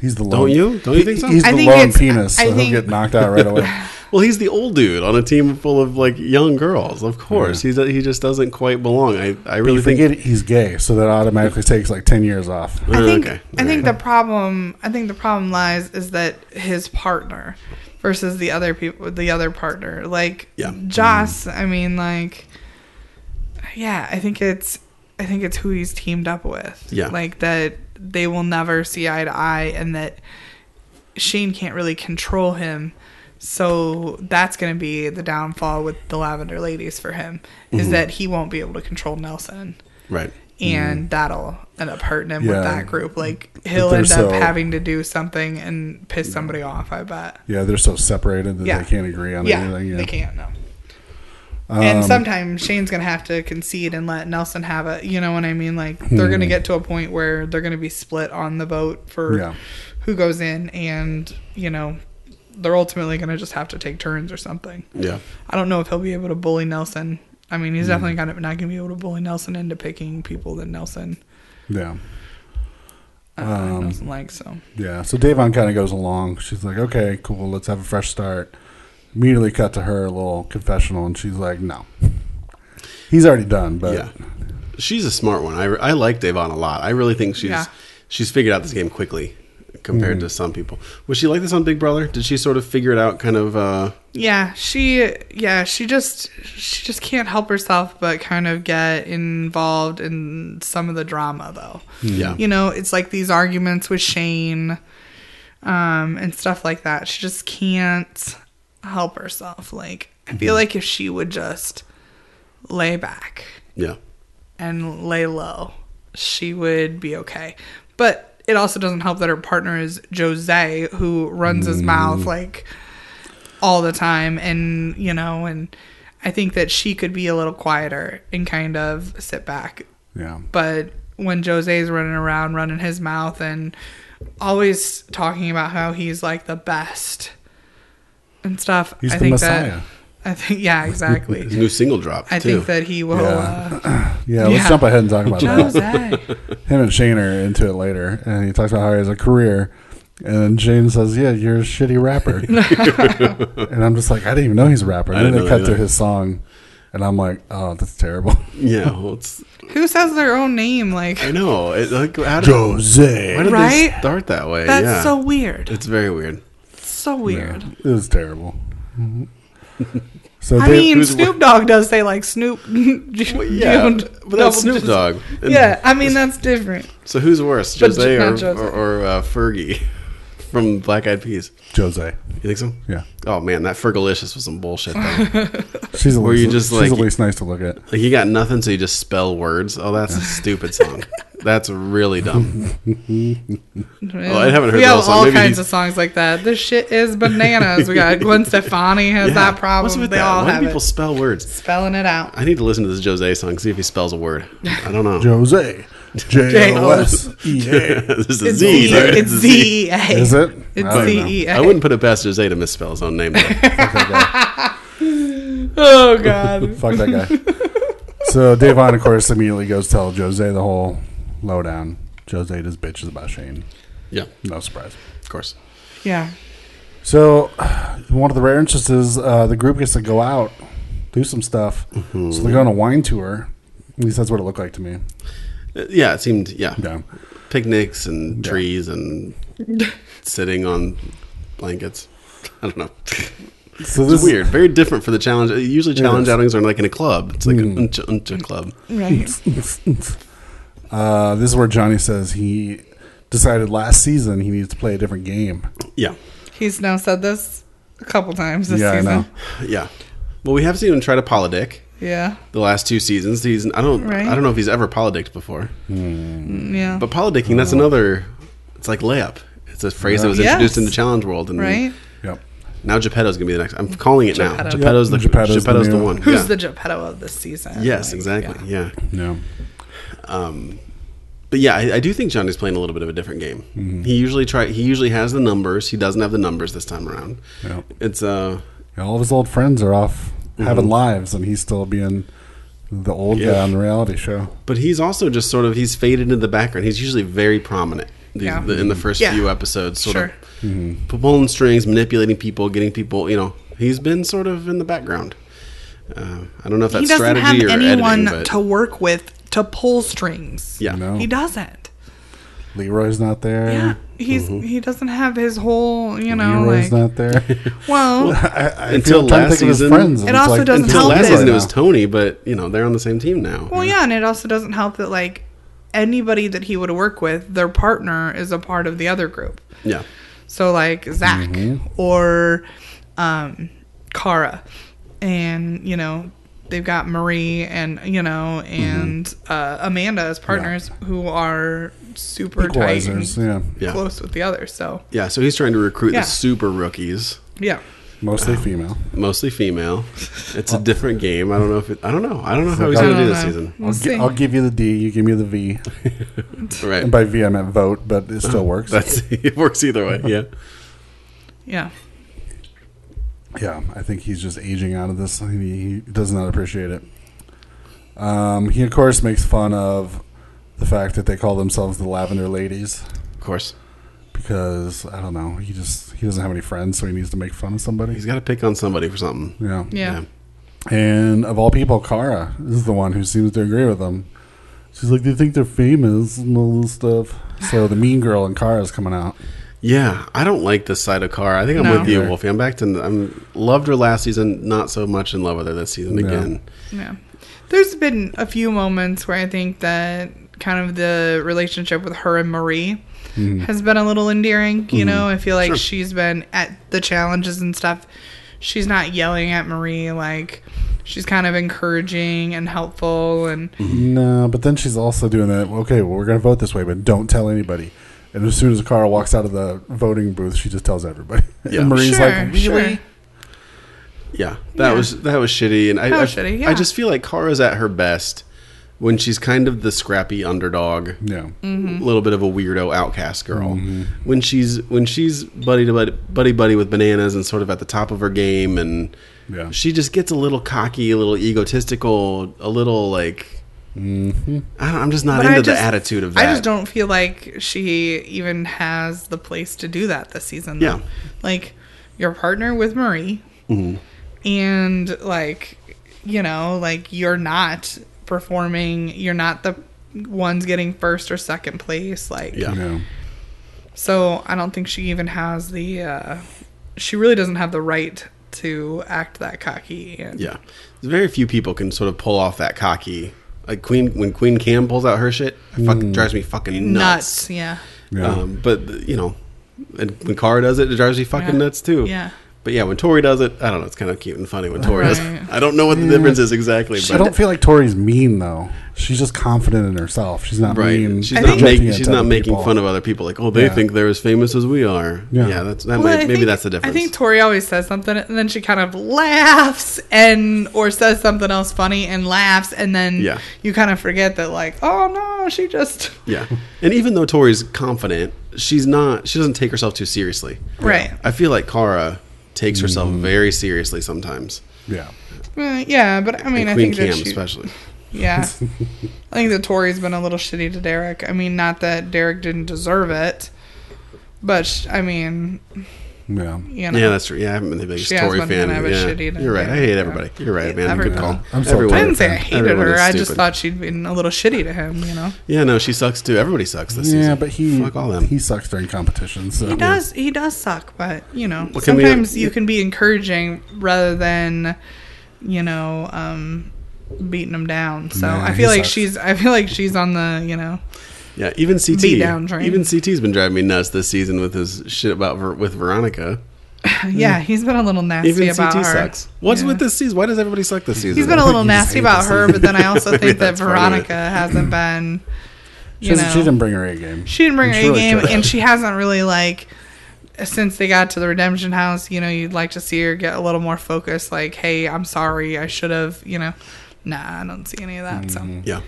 He's the lone. Don't you? Don't you think so? He's I the think lone it's- penis, so I he'll think- get knocked out *laughs* right away. Well, he's the old dude on a team full of like young girls. Of course, he's. He just doesn't quite belong. I. I really you think. forget he's gay, so that *laughs* automatically takes like ten years off. I think Uh, Okay. I think the problem I think the problem lies is that his partner versus the other people the other partner like Yeah. Joss I mean like yeah I think it's I think it's who he's teamed up with Yeah. like that they will never see eye to eye and that Shane can't really control him so that's going to be the downfall with the Lavender Ladies for him is Mm-hmm. that he won't be able to control Nelson Right. and that'll end up hurting him Mm. Yeah. with that group. Like he'll they're end so- up having to do something and piss somebody off. I bet. Yeah, they're so separated that Yeah. they can't agree on Yeah, anything. Yeah. Um, they can't. No. and sometimes Shane's gonna have to concede and let Nelson have it. You know what I mean? Like they're gonna Hmm. get to a point where they're gonna be split on the vote for Yeah. who goes in, and you know they're ultimately gonna just have to take turns or something. Yeah. I don't know if he'll be able to bully Nelson. I mean, Hmm. he's definitely kind of not gonna be able to bully Nelson into picking people that Nelson Yeah. uh, Nelson likes. So Yeah. So Davon kind of goes along. She's like, okay, cool. Let's have a fresh start. Immediately cut to her little confessional, and she's like, no. He's already done, but Yeah, she's a smart one. I, I like Devon a lot. I really think she's Yeah. Mm. she's figured out this game quickly compared to some people. Was she like this on Big Brother? Did she sort of figure it out? Kind of. Uh, yeah she yeah she just she just can't help herself but kind of get involved in some of the drama though Yeah. you know it's like these arguments with shane um and stuff like that she just can't help herself like i feel like if she would just lay back yeah, and lay low she would be okay but it also doesn't help that her partner is jose who runs his Mm. mouth like all the time and you know and i think that she could be a little quieter and kind of sit back yeah. but when jose's running around running his mouth and always talking about how he's like the best and stuff He's i the think Messiah. that i think yeah *laughs* his exactly new single drop i too. think that he will Yeah. uh, Yeah, let's Yeah. jump ahead and talk about that. Jose. Him and Shane are into it later, and he talks about how he has a career. And then Shane says, "Yeah, you're a shitty rapper." *laughs* and I'm just like, I didn't even know he's a rapper. I And then didn't they know cut to either. his song, and I'm like, "Oh, that's terrible." *laughs* yeah, well, it's, Who says their own name? Like I know. It, like, how did, why Jose, did Right? they start that way? that's yeah, so weird. it's very weird. So weird. it was terrible. So I they- mean, who's- Snoop Dogg does say like Snoop. *laughs* Well, yeah, Double- but that's Snoop just- Dogg. And Yeah, I mean that's different. So who's worse, But Jose or, not Jose. or, or uh, Fergie *laughs* from Black Eyed Peas? Jose, You think so? yeah, Oh man, that Fergalicious was some bullshit though. she's at Were least, you just she's like- at least nice to look at. Like you got nothing, so you just spell words. Oh, that's a stupid *laughs* song. That's really dumb. Oh, I haven't heard we that have song. all Maybe kinds he's- of songs like that. This shit is bananas. *laughs* We got Gwen Stefani has that problem. What's with they that? all Why have do people it. spell words? Spelling it out. I need to listen to this Jose song. See if he spells a word. I don't know. Jose, J O S E A. *laughs* this is a It's Z. Z. dude. It's a Z. Is Is it? I It's don't know. Z E I A. wouldn't put it past Jose to misspell his own name. though. *laughs* *laughs* Oh god. Fuck that guy. *laughs* so Davon, of course, immediately goes tell Jose the whole lowdown. Jose just bitches about Shane. yeah, No surprise. of course. Yeah. So one of the rare instances, uh, the group gets to go out, do some stuff. Mm-hmm. So they go on a wine tour. At least that's what it looked like to me. Uh, Yeah, it seemed. Yeah, Yeah. picnics and trees and sitting on blankets. I don't *laughs* know. So It's this weird. Very different for the challenge. Uh, Usually, is. challenge Hmm. *laughs* outings are like in a club. It's like an uncha uncha club. Right. Uh, this is where Johnny says he decided last season he needs to play a different game. Yeah. He's now said this a couple times this yeah, season. I know. Yeah. Well, we have seen him try to politic Yeah. the last two seasons. He's I don't Right. Hmm. I don't know if he's ever politicked before. Yeah. But politicking Oh. that's another it's like layup. It's a phrase that was Uh-huh. Yes. introduced in the challenge world and right? Yep. now Geppetto's going to be the next. I'm calling it now. Geppetto. Geppetto's the Geppetto's Geppetto's, the the, new- one. Who's Yeah. the Geppetto of this season? Yes, Like, exactly. Yeah. yeah. Yeah. Um, but yeah, I, I do think Johnny's playing a little bit of a different game. Mm-hmm. He usually try. He usually has the numbers. He doesn't have the numbers this time around. Yep. It's uh, Yeah, all of his old friends are off having lives, and he's still being the old guy Mm-hmm. Yeah. on the reality show. but he's also just sort of he's faded into the background. He's usually very prominent. These, Yeah. the, in the first Yeah. few episodes, sort Sure. of Mm-hmm. p- pulling strings, manipulating people, getting people. You know, he's been sort of in the background. Uh, I don't know if He that's doesn't strategy have or anyone editing, but to work with to pull strings. yeah, No. He doesn't. Leroy's not there. Yeah. He's Mm-hmm. he doesn't have his whole, you know, Leroy's Oh, like not there. *laughs* *laughs* well, I, I, Until I'm trying to last think of his season- friends, It it's also doesn't until help last that- season it was Tony, but you know they're on the same team now. Well, yeah, and it also doesn't help that like anybody that he would work with, their partner is a part of the other group. yeah. So like Zach or um, Kara, and you know they've got Marie and you know and uh, Amanda as partners who are super tight, and equalizers. Yeah, Yeah. close with the others. So Yeah, so he's trying to recruit Yeah. the super rookies, yeah, mostly female. mostly female. It's a different game. I don't know if it, I don't know. I don't know how he's like, going to do I don't this know. season. we'll I'll, gi- see. I'll give you the D. You give me the V. And Right. by V, I meant vote, but it still works. Uh-huh. That's *laughs* it works either way. Yeah. yeah, Yeah, I think he's just aging out of this. He, he does not appreciate it. Um, he, of course, makes fun of the fact that they call themselves the Lavender Ladies Of course. because I don't know. He just he doesn't have any friends, so he needs to make fun of somebody. He's got to pick on somebody for something. Yeah, yeah, And of all people, Kara is the one who seems to agree with him. She's like, they think they're famous and all this stuff. So the mean girl and Kara's coming out. Yeah, I don't like this side of Car. I think I'm No. with you, Sure. Wolfie. I'm back to I'm loved her last season, not so much in love with her this season No. again. yeah. There's been a few moments where I think that kind of the relationship with her and Marie has been a little endearing. You know, I feel like Sure. she's been at the challenges and stuff. She's not yelling at Marie like she's kind of encouraging and helpful and No, but then she's also doing that. Okay, well, we're going to vote this way, but don't tell anybody. And as soon as Kara walks out of the voting booth, she just tells everybody. *laughs* Yeah. and Marie's sure, like, sure. Yeah, that Yeah. was that was shitty, and I That I, was shitty, yeah. I just feel like Kara's at her best when she's kind of the scrappy underdog. no. Mm. Mm-hmm. a little bit of a weirdo outcast girl. When she's when she's buddy to buddy, buddy buddy with bananas and sort of at the top of her game, and Yeah. she just gets a little cocky, a little egotistical, a little like I don't, I'm just not But I into the just- attitude of that. I just don't feel like she even has the place to do that this season. Though. Yeah. Mm-hmm. Like your partner with Marie, and like you know, like you're not performing. You're not the ones getting first or second place. Like Yeah. No. so, I don't think she even has the. uh She really doesn't have the right to act that cocky. And Yeah, very few people can sort of pull off that cocky. Like Queen when Queen Cam pulls out her shit, it fucking drives me fucking nuts. Nuts. Yeah. Yeah. Um, but you know, and when Kara does it, it drives me fucking Yeah. nuts too. Yeah. But yeah, when Tori does it, I don't know. It's kind of cute and funny when Tori does. Right. It. I don't know what the difference is exactly, I but don't feel like Tori's mean, though. She's just confident in herself. She's not right, mean. she's I not think- making she's not making fun of other people. Like, oh, they Yeah. think they're as famous as we are. Yeah. Yeah, that's that Well, might, I maybe think- that's the difference. I think Tori always says something and then she kind of laughs and or says something else funny and laughs and then Yeah. you kind of forget that like, oh no, she just *laughs* yeah, and even though Tori's confident, she's not. She doesn't take herself too seriously. Right. I feel like Kara takes herself Mm. very seriously sometimes. Yeah. Uh, yeah, but I mean and I Queen think Cam that she, especially. *laughs* Yeah. I think that Tori's been a little shitty to Derek. I mean, not that Derek didn't deserve it. But sh- I mean, Yeah. you know. Yeah, that's true. Yeah, I haven't been the biggest She has Tory been fan. kind of a yeah. shitty to You're right. I hate him. everybody. You're right, man. Everyone. Good call. I'm so I tired. didn't say I hated Everyone her. is I just stupid. thought she'd been a little shitty to him, you know. Yeah, no, she sucks too. Everybody sucks this season. Yeah, but he fuck all them. he sucks during competitions. So. He does. He does suck, but you know, Well, can we- uh, sometimes you can be encouraging rather than, you know, um, beating him down. So Nah, I feel he like sucks. she's I feel like she's on the you know Yeah, even CT. Beat down train. Even CT's been driving me nuts this season with his shit about Ver- with Veronica. yeah he's been a little nasty Even about CT her. sucks. What's Yeah. with this season? Why does everybody suck this season? He's been *laughs* a little You just nasty hate about to her, see but then I also think that That's part of it. Veronica hasn't been. She, You doesn't- know, she didn't bring her A game. she didn't bring her She A really game, could've. *laughs* and she hasn't really like since they got to the redemption house. You know, you'd like to see her get a little more focused. Like, hey, I'm sorry, I should have. You know, nah, I don't see any of that. So yeah.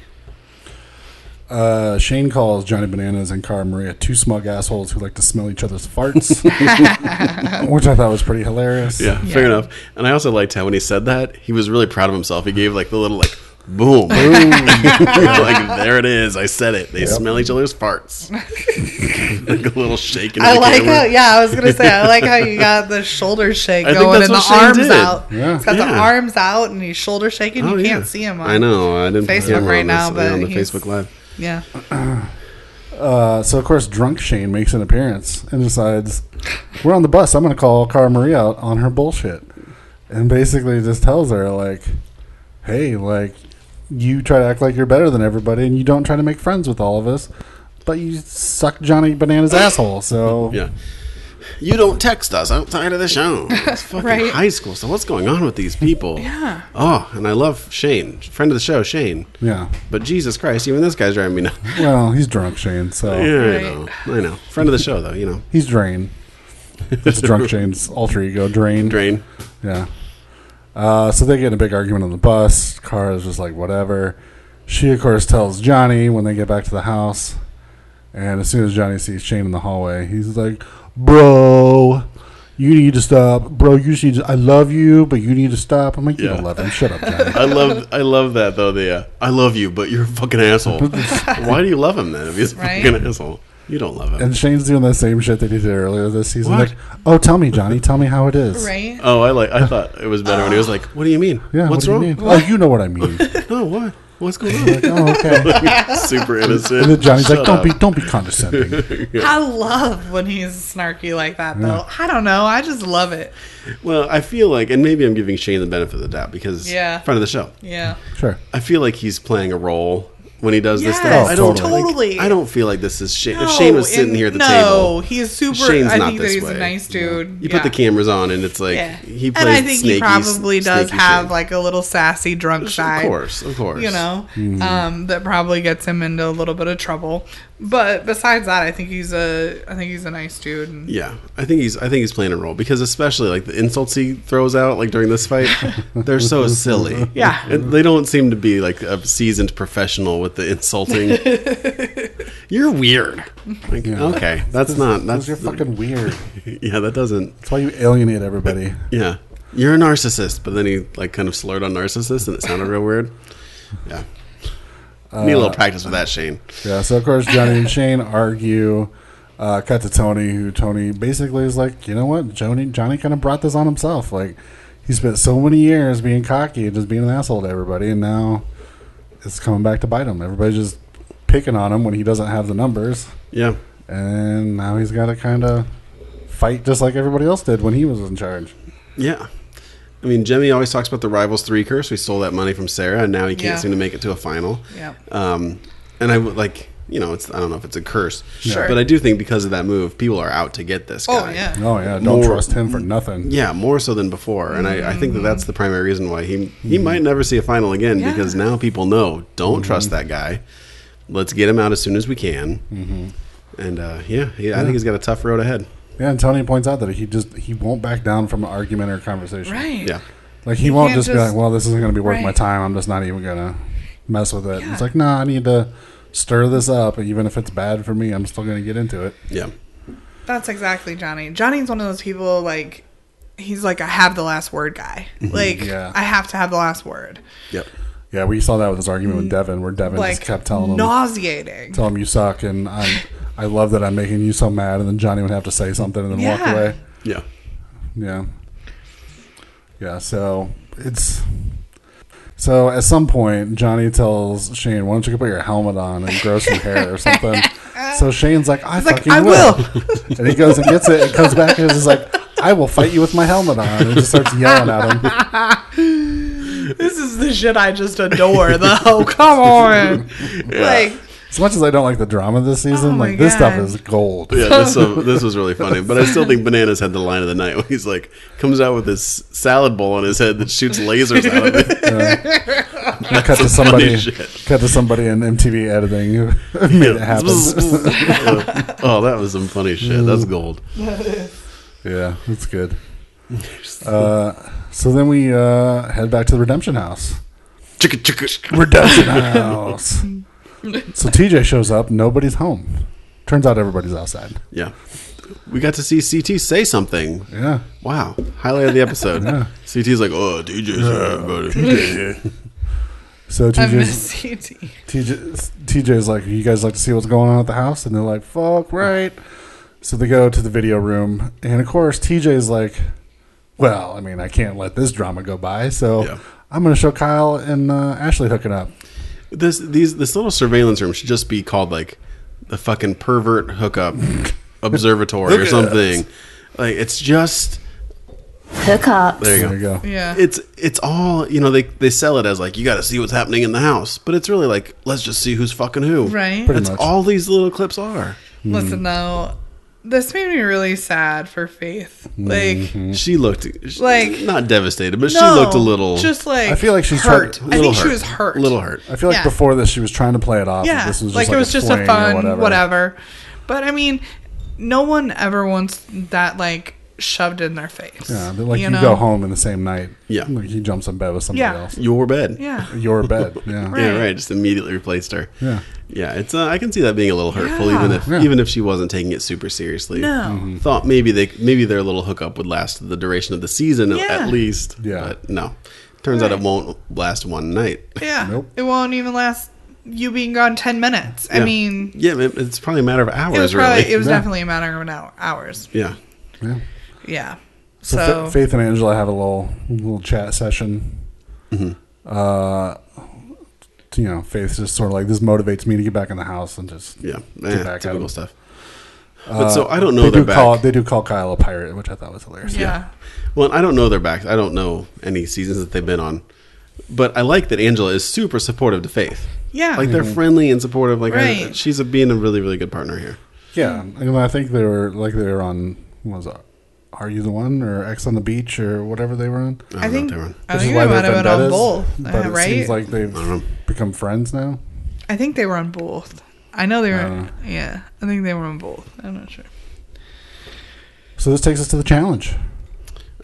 Uh, Shane calls Johnny Bananas and Cara Maria two smug assholes who like to smell each other's *laughs* farts, which I thought was pretty hilarious. yeah, fair enough. And I also liked how when he said that, he was really proud of himself. He gave like the little like boom, *laughs* boom, like there it is. I said it. They smell each other's farts, *laughs* like a little shake. into I the like camera. how. Yeah, I was gonna say I like how you got the *laughs* shoulder shake I think going that's and the what Shane arms did. out. Yeah. He's got the Yeah. arms out and he's shoulder shaking. Oh, you yeah. can't see him. On, I know. I didn't put the Facebook camera right on now, this, but on the he's- Facebook Live. Yeah. Uh, so of course, drunk Shane makes an appearance and decides we're on the bus. I'm going to call Cara Maria out on her bullshit, and basically just tells her like, "Hey, like you try to act like you're better than everybody, and you don't try to make friends with all of us." But you suck Johnny Bananas' asshole, so Yeah. You don't text us outside of the *laughs* show. It's fucking Right. high school. So what's going on with these *laughs* people? Yeah. Oh, and I love Shane, friend of the show, Shane. yeah. But Jesus Christ, even this guy's driving me nuts. Well, he's drunk, Shane, so Yeah, *laughs* Right. I know. I know. Friend of the show, though. You know, he's *laughs* drain. That's drunk Shane's alter ego, drain. drain. Yeah. Uh, so they get in a big argument on the bus. Kara's just like, whatever. She, of course, tells Johnny when they get back to the house. And as soon as Johnny sees Shane in the hallway, he's like, bro, you need to stop. Bro, you just need to, I love you, but you need to stop. I'm like, you Yeah. don't love him. Shut up, *laughs* Johnny. I love, I love that though. The uh, I love you, but you're a *laughs* fucking asshole. Why do you love him then? If he's a Right? fucking asshole, you don't love him. and Shane's doing the same shit that he did earlier this season. What? Like, oh, tell me, Johnny. Tell me how it is. Right. Oh, I like. I thought it was better when he was like, "What do you mean? Yeah, what What's do wrong? You mean? Oh, you know what I *laughs* mean. No, what? What's going on?" oh, okay. *laughs* Super innocent. And then Johnny's like, Shut "Don't up. be, don't be *laughs* condescending." I love when he's snarky like that, though. I don't know. I just love it. Well, I feel like, and maybe I'm giving Shane the benefit of the doubt because Yeah. front of the show. Yeah. Sure. I feel like he's playing a role when he does this Yes, stuff. Oh, I don't totally. like- totally. I don't feel like this is Shane. if Shane was sitting and here at the no, table, he's super. Shane's I not think this that he's way. a nice dude. you put the cameras on, and it's like Yeah. he plays. and I think snaky, he probably does snaky have Shane. like a little sassy drunk side. Of course, Mm-hmm. of course. You know, um, that probably gets him into a little bit of trouble. But besides that, I think he's a, I think he's a nice dude. And Yeah, I think he's. I think he's playing a role because especially like the insults he throws out like during this *laughs* fight, they're so silly. Yeah. and they don't seem to be like a seasoned professional with the *laughs* insulting. You're weird. Like, Okay, that's not. That's Because you're fucking weird. Yeah, that doesn't. That's why you alienate everybody. Yeah, you're a narcissist, but then he like kind of slurred on narcissist, and it sounded real weird. Yeah, need a Uh, little practice with that, Shane. Yeah. So of course Johnny and Shane argue. Uh, cut to Tony, who Tony basically is like, you know what, Johnny, Johnny kind of brought this on himself. Like, he spent so many years being cocky and just being an asshole to everybody, and now it's coming back to bite him. Everybody's just picking on him when he doesn't have the numbers, Yeah, and now he's got to kind of fight just like everybody else did when he was in charge. yeah. I mean, Jimmy always talks about the rivals three curse. We stole that money from Sarah, and now he can't Yeah. seem to make it to a final. Yeah. Um, and I would like, you know, it's I don't know if it's a curse, Sure. but I do think because of that move, people are out to get this Oh guy. yeah. Oh yeah, don't More- trust him for nothing. Yeah, more so than before, and I, I think that that's the primary reason why he he might never see a final again Yeah. because now people know don't trust that guy. Let's get him out as soon as we can, and uh, yeah, he, I think he's got a tough road ahead. Yeah, and Tony points out that he just he won't back down from an argument or conversation. Right. Yeah, Like he, won't can't just, be just- like, "Well, this isn't going to be worth my Right. time. I'm just not even going to mess with it." Yeah. It's like, "No, I need to stir this up, and even if it's bad for me, I'm still going to get into it." yeah, That's exactly Johnny. Johnny's one of those people like he's like I have the last word guy. Mm-hmm. Like Yeah. I have to have the last word. yep. Yeah, we saw that with his argument with Devin, where Devin like just kept telling him, nauseating. "Tell him you suck," and I'm, I love that I'm making you so mad, and then Johnny would have to say something and then walk Yeah. away. Yeah. Yeah. Yeah, so it's so at some point Johnny tells Shane, Why don't you go put your helmet on and grow some hair or something? *laughs* So Shane's like, I He's like, fucking "I will. *laughs* and he goes and gets it and comes back and is like, I will fight you with my helmet on and just starts yelling at him. This is the shit I just adore, though. *laughs* *laughs* Come on. Like, As much as I don't like the drama this season, Oh my like this stuff God. is gold. Yeah, this, so this was really funny. But I still think Bananas had the line of the night when he's like, comes out with this salad bowl on his head that shoots lasers out of it. I cut to some somebody, funny shit. cut to somebody in MTV editing who *laughs* *laughs* made it happen. *laughs* oh, that was some funny shit. That's gold. yeah, that's good. Uh, so then we uh, head back to the Redemption House. Chicka, chicka. Redemption House. so TJ shows up. Nobody's home. Turns out everybody's outside. Yeah. We got to see CT say something. Yeah. Wow. Highlight of *laughs* the episode. CT's like, oh, DJ's *laughs* everybody. So I TJ's, miss CT. TJ's, TJ's like, you guys like to see what's going on at the house? And they're like, fuck, right. So they go to the video room. And of course, TJ's like, well, I mean, I can't let this drama go by. So Yeah. I'm going to show Kyle and uh, Ashley hooking up. This these this little surveillance room should just be called like the fucking pervert *laughs* hookup observatory or Hookups. something. Like it's just Hook up. there There you go. you go. Yeah. It's it's all you know. They they sell it as like you got to see what's happening in the house, but it's really like let's just see who's fucking who. Right. Pretty That's much. all these little clips are. Listen, though, this made me really sad for Faith. Like, Mm-hmm. She looked she- Like- not devastated, but no, she looked a little Just like. I feel like she's hurt. tried- I little think she was hurt. little hurt. I feel like Yeah. before this, she was trying to play it off. Yeah, This was just like, like it was just fling a or fun whatever. But I mean, no one ever wants that like shoved in their face. Yeah, they're like you, go home in the same night. Yeah. like he jumps in bed with somebody Yeah. else. Your bed, Yeah, *laughs* Your *laughs* bed. Yeah, Right. yeah, right. Just immediately replaced her. Yeah. yeah. It's uh, I can see that being a little hurtful, Yeah. even if Yeah. Mm-hmm. even if she wasn't taking it super seriously. no, Thought maybe they maybe their little hookup would last the duration of the season at- Yeah. at least. Yeah. but no. Turns out Right. it won't last one night. yeah, Nope. it won't even last you being gone ten minutes. I Yeah. mean, yeah, it- it's probably a matter of hours. it was probably really. it was Yeah. definitely a matter of an hour, hours. yeah. yeah. Yeah, So, Fa- so, Faith and Angela have a little little chat session. Mm-hmm. Uh, you know, Faith's just sort of like this motivates me to get back in the house and just Yeah, get eh, back at typical him. stuff. But so I don't know They their do back. call they do call Kyle a pirate, which I thought was hilarious. yeah. well, I don't know their backs. I don't know any seasons that they've been on. But I like that Angela is super supportive to Faith. Yeah. like Mm-hmm. they're friendly and supportive. Like I- Right. she's a, being a really really good partner here. yeah. And I think they were like they were on what was it, Are You the One or X on the Beach or whatever they were on. I don't I know if think they were on- I Which is think why they they're might have been on vendettas, both, but uh, it right? seems like I don't they've know. become friends now. I think they were on both. I know they were. Uh. yeah, I think they were on both. I'm not sure. So this takes us to the challenge.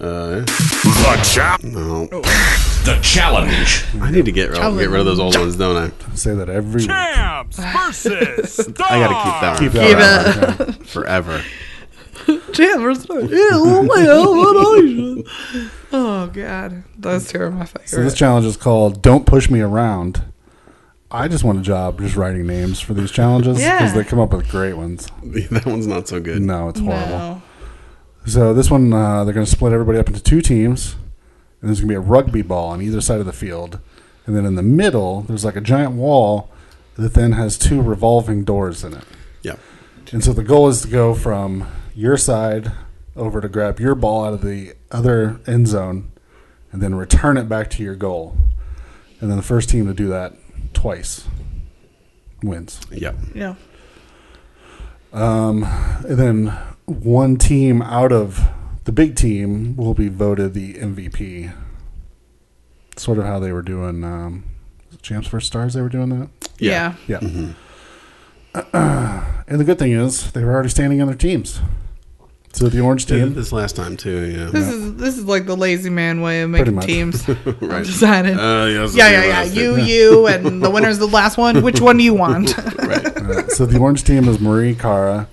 Uh, The chap. no. Oh, The challenge. I need to get, rid- get rid of those old ones, don't I? Say that every week. Champs versus stars. I gotta keep that one Keep forever. forever. Chandler Stark. Yeah, *laughs* oh my God, what Asian. Oh god, those two are my favorite. *laughs* So this challenge is called "Don't Push Me Around." I just want a job just writing names for these challenges because Yeah. they come up with great ones. *laughs* that one's not so good. No, it's horrible. No. So this one, uh, they're going to split everybody up into two teams, and there's going to be a rugby ball on either side of the field, and then in the middle, there's like a giant wall that then has two revolving doors in it. Yeah. And so the goal is to go from your side over to grab your ball out of the other end zone and then return it back to your goal. And then the first team to do that twice wins. Yeah. Yeah. And then one team out of the big team will be voted the MVP. Sort of how they were doing um, was it Champs vs. Stars, they were doing that. Yeah. Yeah. *clears throat* and the good thing is they were already standing on their teams. So the orange Did team this last time too. Yeah. This is this is like the lazy man way of Pretty making much. teams. *laughs* Right. Decided. Uh, yeah, that's yeah, the yeah, yeah. last You, thing. you, and the winner's the last one. Which one do you want? *laughs* right. so the orange team is Marie, Cara,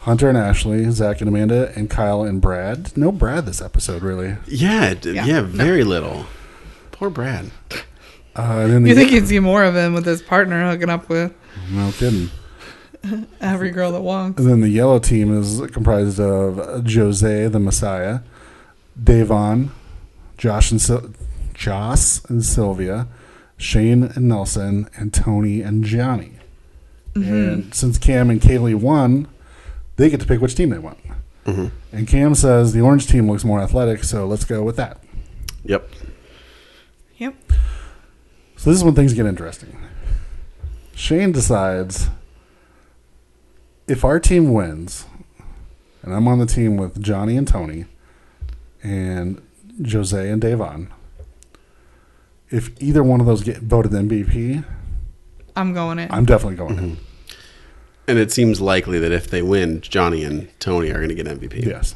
Hunter, and Ashley, Zach and Amanda, and Kyle and Brad. No Brad this episode, really. Yeah. it- Yeah. Yeah. very little. Poor Brad. Uh, and then you the, think you'd see more of him with his partner hooking up with no kidding. every girl that walks? And then the yellow team is comprised of Jose, the Messiah, Davon, Josh and Sil- Joss and Sylvia, Shane and Nelson, and Tony and Johnny. Mm-hmm. And since Cam and Kaylee won, they get to pick which team they want. And Cam says the orange team looks more athletic, so let's go with that. Yep. Yep. So this is when things get interesting. Shane decides if our team wins, and I'm on the team with Johnny and Tony, and Jose and Davon. If either one of those get voted MVP, I'm going in. I'm definitely going in. And it seems likely that if they win, Johnny and Tony are going to get MVP. Yes.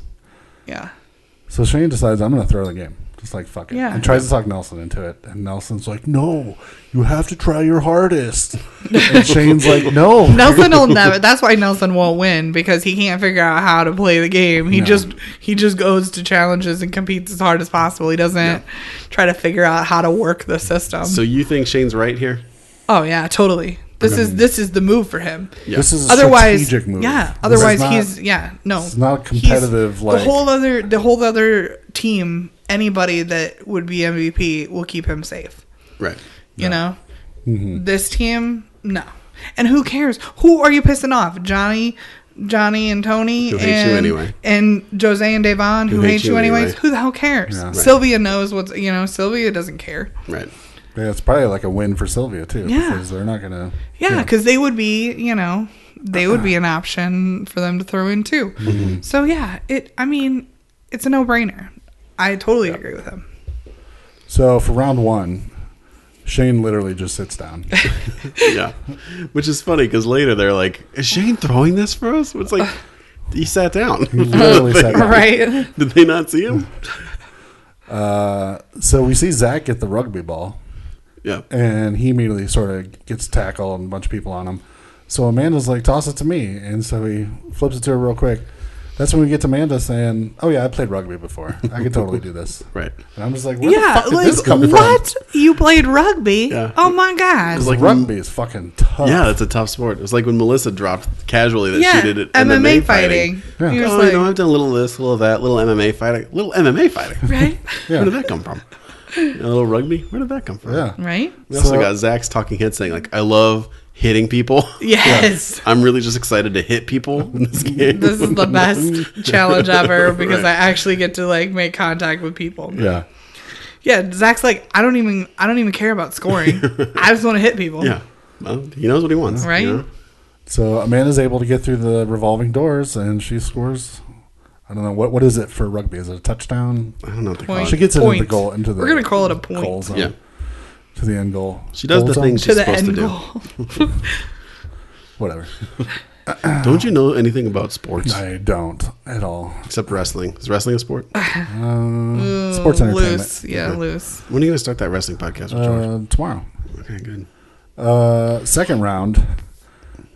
yeah. So Shane decides I'm going to throw the game. Just like fuck it. Yeah. And tries to talk Nelson into it. And Nelson's like, "No, you have to try your hardest." and Shane's like, "No." Nelson *laughs* will never. That's why Nelson won't win because he can't figure out how to play the game. He No. just he just goes to challenges and competes as hard as possible. He doesn't try to figure out how to work the system. So you think Shane's right here? oh yeah, totally. This is this is the move for him. Yeah. This is a Otherwise, strategic move. yeah. This is Otherwise, not- he's yeah. No, this is not He's- competitive, like- the whole other the whole other team. Anybody that would be MVP will keep him safe. Right. You know, this team, no. And who cares? Who are you pissing off? Johnny, Johnny and Tony, Who hates and, you anyway. and Jose and Devon, who, hates you anyways. anyway. Who the hell cares? Right. Sylvia knows what's you know. Sylvia doesn't care. Right. Yeah, it's probably like a win for Sylvia too. Yeah. Because they're not gonna. Yeah, because they would be you know they would be an option for them to throw in too. So yeah, it. I mean, it's a no brainer. I totally agree with him. So for round one, Shane literally just sits *laughs* down. Yeah. Which is funny because later they're like, is Shane throwing this for us? It's like, he *laughs* sat down. *laughs* He literally sat down. Right. Did they not see him? So we see Zach get the rugby ball, Yeah. and he immediately sort of gets tackled and a bunch of people on him. So Amanda's like, "Toss it to me," and so he flips it to her real quick. That's when we get to Amanda saying, "Oh yeah, I played rugby before. I could totally do this." *laughs* Right. And I'm just like, "Where the *laughs* yeah, fuck did like this come what? from?" You played rugby? Yeah. Oh my god! Like, Rugby is fucking tough. Yeah, that's a tough sport. It was like when Melissa dropped casually that she did it. MMA fighting. Yeah. You're just Oh, like, you know, I've done a little of this, a little of that, a little MMA fighting, little MMA fighting. right, Yeah. Where did that come from? A little rugby. Where did that come from? yeah. right. We also So- got Zach's talking head saying like, "I love hitting people. *laughs* Yes, I'm really just excited to hit people in this game." this is the best challenge ever because Right. I actually get to like make contact with people. Yeah. Yeah, Zach's like, I don't even, I don't even care about *laughs* scoring. I just want to hit *laughs* people. yeah. Well, he knows what he wants, you Right? know? So Amanda's able to get through the revolving doors, and she scores. I don't know what what is it for rugby? Is it a touchdown? I don't know what they call Point. She it. gets it into the Uh, Point. goal, into the We're gonna call it a point. goal zone, Yeah. to the end goal. She does Goal the zone? thing To she's the supposed to end do. *laughs* goal. Whatever. Don't you know anything about sports I don't at all. except wrestling? Is wrestling a sport? Ah. When Oh, Sports entertainment. Loose, yeah, loose. are you gonna start that wrestling podcast with George? Uh, tomorrow. okay, good. Uh, second round,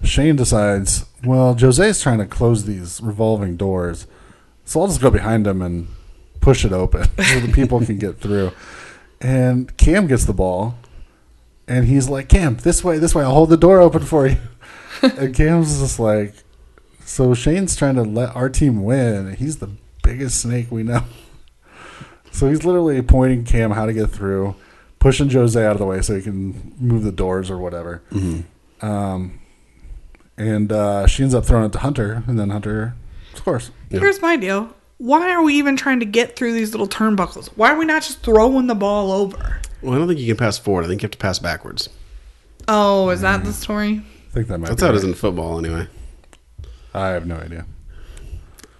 Shane decides, well, Jose's trying to close these revolving doors, so I'll just go behind him and push it open *laughs* so the people can get through. And Cam gets the ball, and he's like, Cam, this way, this way, I'll hold the door open for *laughs* you. and Cam's just like, so Shane's trying to let our team win. He's the biggest snake we know. So he's literally pointing Cam how to get through, pushing Jose out of the way so he can move the doors or whatever. Um, Mm-hmm. and uh, she ends up throwing it to Hunter, and then Hunter scores. Here's my deal. Why are we even trying to get through these little turnbuckles? Why are we not just throwing the ball over? Well, I don't think you can pass forward. I think you have to pass backwards. Oh, is that the story? I think that might. That's be how it is right. in football, anyway. I have no idea.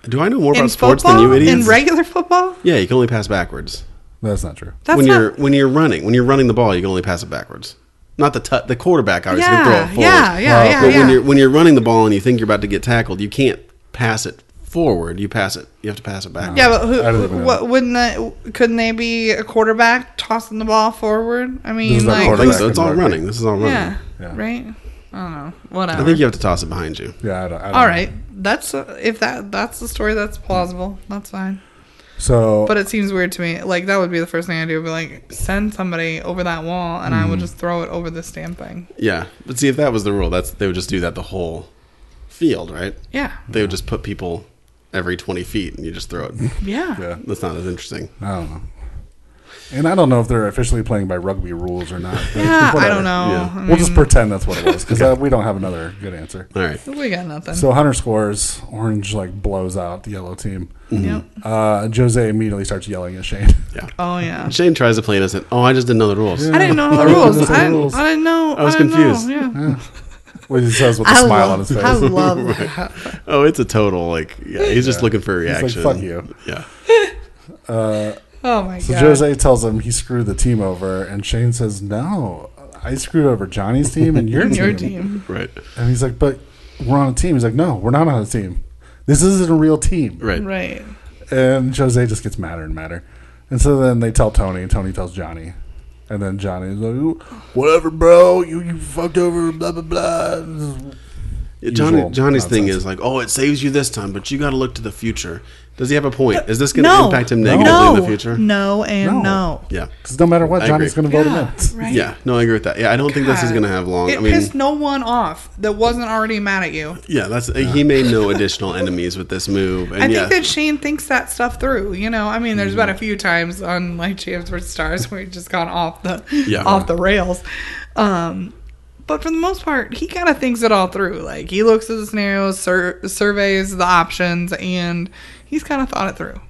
Do I know more in about sports football, than you idiots? in regular football, yeah, you can only pass backwards. That's not true. that's when not you're when you're running, when you're running the ball, you can only pass it backwards. Not the tu the quarterback obviously can throw it Yeah, forward. yeah, yeah, yeah. But yeah. when you're when you're running the ball and you think you're about to get tackled, you can't pass it forward. You pass it. You have to pass it backwards. yeah, but who, I don't even know. what wouldn't that, couldn't they be a quarterback tossing the ball forward? I mean, There's no like, I think Quarterback so. It's all can run. running. This is all running. yeah, Yeah. right. I don't know. Whatever. I think you have to toss it behind you. Yeah, I don't, I don't all know. right, that's uh, if that that's the story. That's plausible. That's fine. So, But it seems weird to me. Like that would be the first thing I do. Would be like send somebody over that wall, and I would just throw it over this damn thing. Yeah, but see if that was the rule, that's they would just do that the whole field, right? Yeah, They would just put people every twenty feet and you just throw it. yeah. yeah, Uh-huh. That's not as interesting. I don't know. And I don't know if they're officially playing by rugby rules or not. but Yeah, Ah, I whatever. don't know. Yeah. I We'll just mean, pretend that's what it was because we don't have another good answer. All right. we got nothing. So Hunter scores. Orange like blows out the yellow team. Yep. Uh, Jose immediately starts yelling at Shane. *laughs* Yeah. Oh *laughs* yeah. Shane tries to play innocent. Oh, I just didn't know the rules. I didn't know the I was rules. gonna say I, rules. I didn't know. I was didn't know, confused. Yeah. Well, he says with a I smile love, on his face. I love that. Oh, it's a total like. Yeah, he's just looking for a like, reaction. "Fuck you." Yeah. Oh my So god. Jose tells him he screwed the team over, and Shane says, "No, I screwed over Johnny's team and your, *laughs* your team. team. Right. And he's like, "But we're on a team." He's like, "No, we're not on a team. This isn't a real team." Right. Right. And Jose just gets madder and madder. And so then they tell Tony, and Tony tells Johnny. And then Johnny's like, whatever, bro, you, you fucked over, blah, blah, blah. Yeah, Johnny, Usual Johnny's thing nonsense. is like, oh, it saves you this time, but you got to look to the future. Does he have a point? Is this going to No. impact him negatively no. in the future? No and no. Yeah. Because no matter what, I Johnny's going agree. to vote him in. *laughs* Right. Yeah. No, I agree with that. Yeah, I don't think this is God. going to have long. It I mean, pissed no one off that wasn't already mad at you. yeah, that's he made no additional enemies with this move, and yeah, I Mm-hmm. think that Shane thinks that stuff through. You know, I mean, there's been a few times on like Champs vs Stars where he's just gone off the Yeah. *laughs* off the rails. Um, but for the most part, he kind of thinks it all through. Like he looks at the scenarios, sur- surveys the options, and he's kind of thought it through.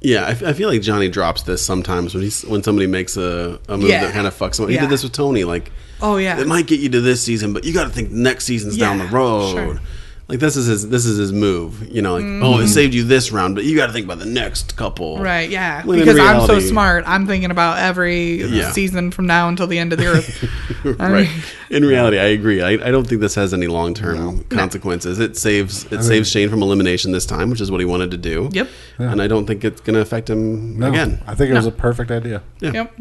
yeah, I, f- I feel like Johnny drops this sometimes when he's when somebody makes a, a move Yeah. that kind of fucks him. He Yeah. did this with Tony, like, Oh yeah, it might get you to this season, but you got to think next season's down Yeah, the road. sure. Like this is his this is his move, you know. Like oh, it saved you this round, but you got to think about the next couple. Mm. right, yeah. When in because I'm so reality- *laughs* smart, I'm thinking about every Yeah. season from now until the end of the earth. *laughs* I right. mean- In reality, I agree. I, I don't think this has any long term consequences. It saves it saves Shane from elimination this time, which is what he wanted to do. Yep. And I don't think it's going to affect him No, again. I think it was a perfect idea. Yep.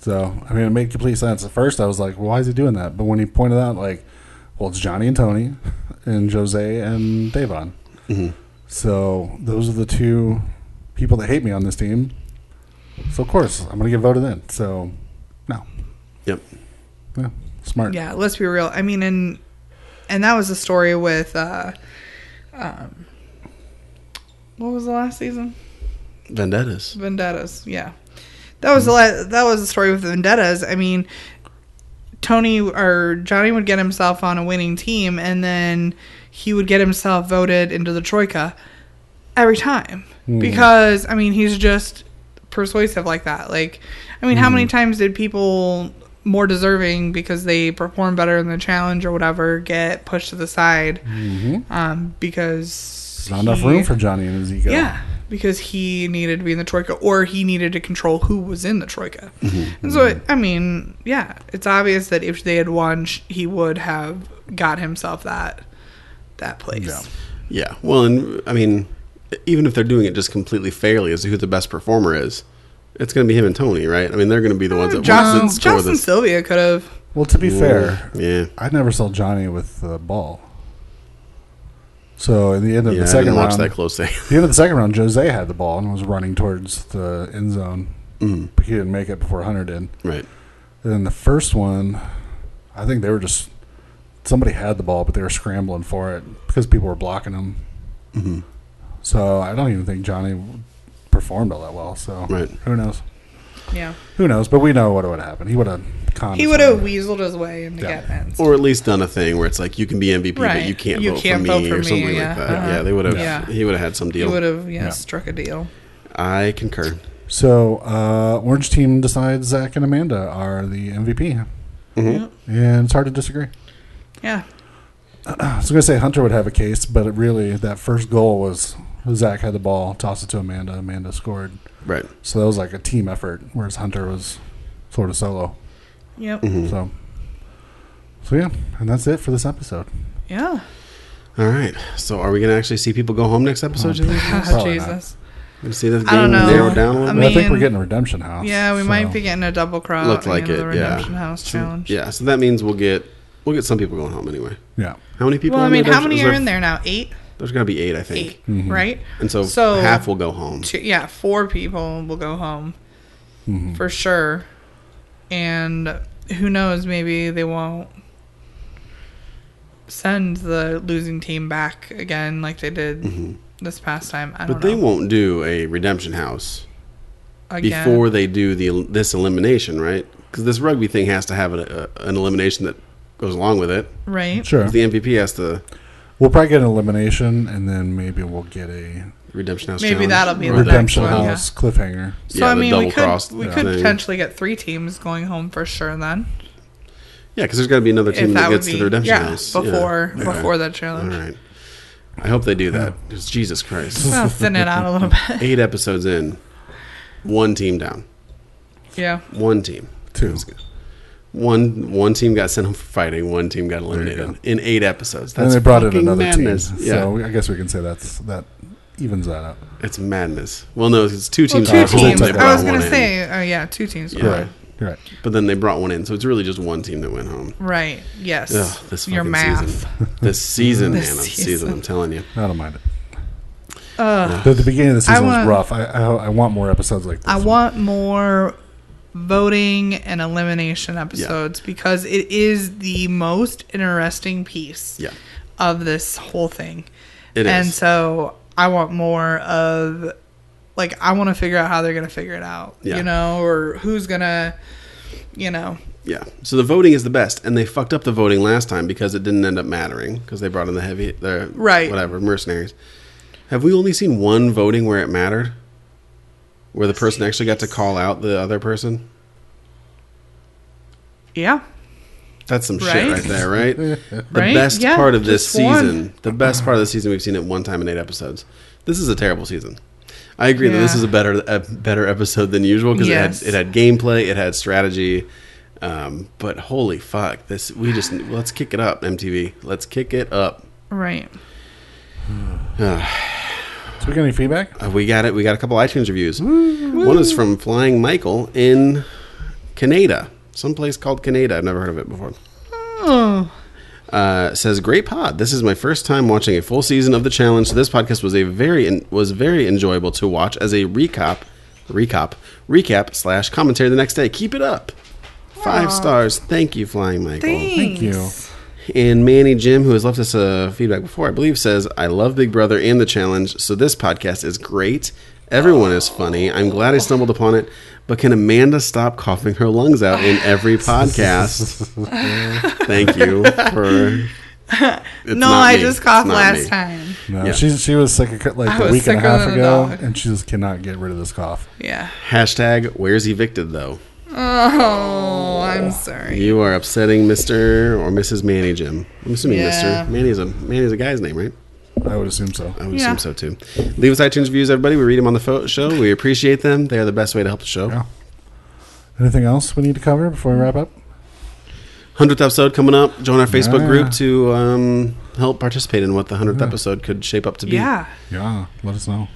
So, I mean, it made complete sense. At first, I was like, well, why is he doing that? But when he pointed out, like, well, it's Johnny and Tony *laughs* and Jose and Davon. Mm-hmm. So, those are the two people that hate me on this team. So, of course, I'm going to get voted in. So, no. Yep. Yeah, smart. Yeah, let's be real. I mean, and and that was the story with uh, um, what was the last season? Vendettas. Vendettas. Yeah, that was the la- that was the story with Vendettas. I mean, Tony or Johnny would get himself on a winning team, and then he would get himself voted into the troika every time Hmm. because I mean he's just persuasive like that. Like, I mean, how many Hmm. times did people more deserving because they perform better in the challenge or whatever get pushed to the side um, because Mm-hmm. Not enough he- room for Johnny and his ego. yeah, because he needed to be in the troika, or he needed to control who was in the troika. And so, I mean, yeah, it's obvious that if they had won, sh- he would have got himself that that place. Yeah. Yeah. Well, and I mean, even if they're doing it just completely fairly as to who the best performer is, it's going to be him and Tony, right? I mean, they're going to be the ones that Johnson, wants to score Johnson this. Sylvia could have. Well, to be fair, Yeah. I never saw Johnny with the ball. So, in the end of Yeah. the I didn't second watch round, that closely. *laughs* the end of the second round, Jose had the ball and was running towards the end zone, but he didn't make it before Hunter did. And right. then the first one, I think they were just somebody had the ball, but they were scrambling for it because people were blocking him. So I don't even think Johnny performed all that well. So Right. who knows? Yeah, Who knows? But we know what would have happened. He would have. conned he his would have way. weaseled his way into Yeah. getting in. Or at least done a thing where it's like you can be MVP, but Right. you can't You vote can't for vote me for or me, something yeah. like that. Uh-huh. Yeah, they would have. Yeah. He would have had some He deal. would have yeah, Yeah. struck a deal. I concur. So, uh, Orange Team decides Zach and Amanda are the MVP. And it's hard to disagree. Yeah, I was going to say Hunter would have a case, but it really, that first goal was Zach had the ball, tossed it to Amanda. Amanda scored. Right. So that was like a team effort, whereas Hunter was sort of solo. yep, Mm. So, so yeah, and that's it for this episode. yeah. All right. So are we going to actually see people go home next episode? Do you think? *laughs* Ah, Probably not. Jesus. We'll see this game I don't know. narrowed down a I little And I, bit. think we're mean, getting a Redemption House. Yeah, we so- might be getting a double crowd. Looked like into it, The yeah. Redemption House challenge. Yeah. So that means we'll get we'll get some people going home anyway. Yeah. How many people? Well, I in the mean, how redemption- many is are in there now? Eight, There's got to be eight, I think. 8 right? And so, So- half will go home. Two, yeah, four people will go home for sure, and who knows? Maybe they won't send the losing team back again like they did this past time. I don't Mm-hmm. But they know. won't do a redemption house again. before they do the this elimination, right? Because this rugby thing has to have a, a, an elimination that goes along with it. right? Sure. The MVP has to We'll probably get an elimination, and then maybe we'll get a redemption house. Maybe challenge, that'll be or the the- redemption one, yeah. house cliffhanger. So Yeah, I the mean, we could double-crossed we thing. could potentially get three teams going home for sure. Then Yeah, because there's got to be another team if that that would gets to be the redemption yeah house Yeah. before Okay. before the All challenge, right. I hope they do that. 'cause Jesus Christ, *laughs* I'll thin it out a little bit. *laughs* eight episodes in, one team down, Yeah, one team, Two. one one team got sent home for fighting, one team got you eliminated go. in eight episodes. And That's they brought in fucking another madness. team. Yeah, So we, I guess we can say that's that evens that out. it's madness. Uh, Well, no, it's two well, teams. two got home, teams. they I brought was gonna one in. say, oh yeah, two teams. Yeah. Right. You're right. But then they brought one in, so it's really just one team that went home. Right. Yes. Ugh, this Your fucking math. season. *laughs* This season, *laughs* This man. This season. season, I'm telling you. I don't mind it. But the beginning of the I season was want- rough. I, I I want more episodes like this. I want more voting and elimination episodes because it is the most interesting piece Yeah. of this whole thing. It and is. so I want more of like I want to figure out how they're going to figure it out, Yeah. you know, or who's going to you know. Yeah. So the voting is the best, and they fucked up the voting last time because it didn't end up mattering because they brought in the heavy, the Right. whatever mercenaries. Have we only seen one voting where it mattered, where the person actually got to call out the other person? Yeah. That's some Right. shit right there, *laughs* right? The Right? best Yeah, part of this just one. season, the best part of the season we've seen it one time in eight episodes. This is a terrible season. I agree that this Yeah. is a better a better episode than usual because Yes. it, had, it had gameplay, it had strategy, um, but holy fuck, this we just let's kick it up, MTV. Let's kick it up. Right. So we got any feedback? Uh, we got it. We got a couple iTunes reviews. One is from Flying Michael in Canada, someplace called Canada. I've never heard of it before. Uh, says great pod. This is my first time watching a full season of the challenge. So this podcast was a very was very enjoyable to watch as a recap, recap, recap slash commentary the next day. Keep it up. Five stars. Thank you, Flying Michael. Thank you. And Manny Jim, who has left us uh, feedback before, I believe, says, I love Big Brother and the challenge, so this podcast is great. Everyone is funny. I'm glad I stumbled upon it, but can Amanda stop coughing her lungs out in *laughs* every podcast? Thank you for. *laughs* It's No, not I me. just It's coughed not last me. time. No, Yeah. she she was sick a cou- like I a was week and a sicker half than a ago, dog. and she just cannot get rid of this cough. Yeah. Hashtag, where's evicted though? Oh, I'm sorry. You are upsetting Mr. or Mrs. Manny Jim. I'm assuming Yeah. Mr. Manny's a, Manny's a guy's name, right? I would assume so. I would Yeah. assume so too. Leave us iTunes reviews, everybody. We read them on the fo- show. We appreciate them. They are the best way to help the show. Yeah. Anything else we need to cover before we wrap up? Hundredth episode coming up. Join our Facebook Yeah. group to um, help participate in what the hundredth episode could shape up to be. Yeah. Yeah, let us know.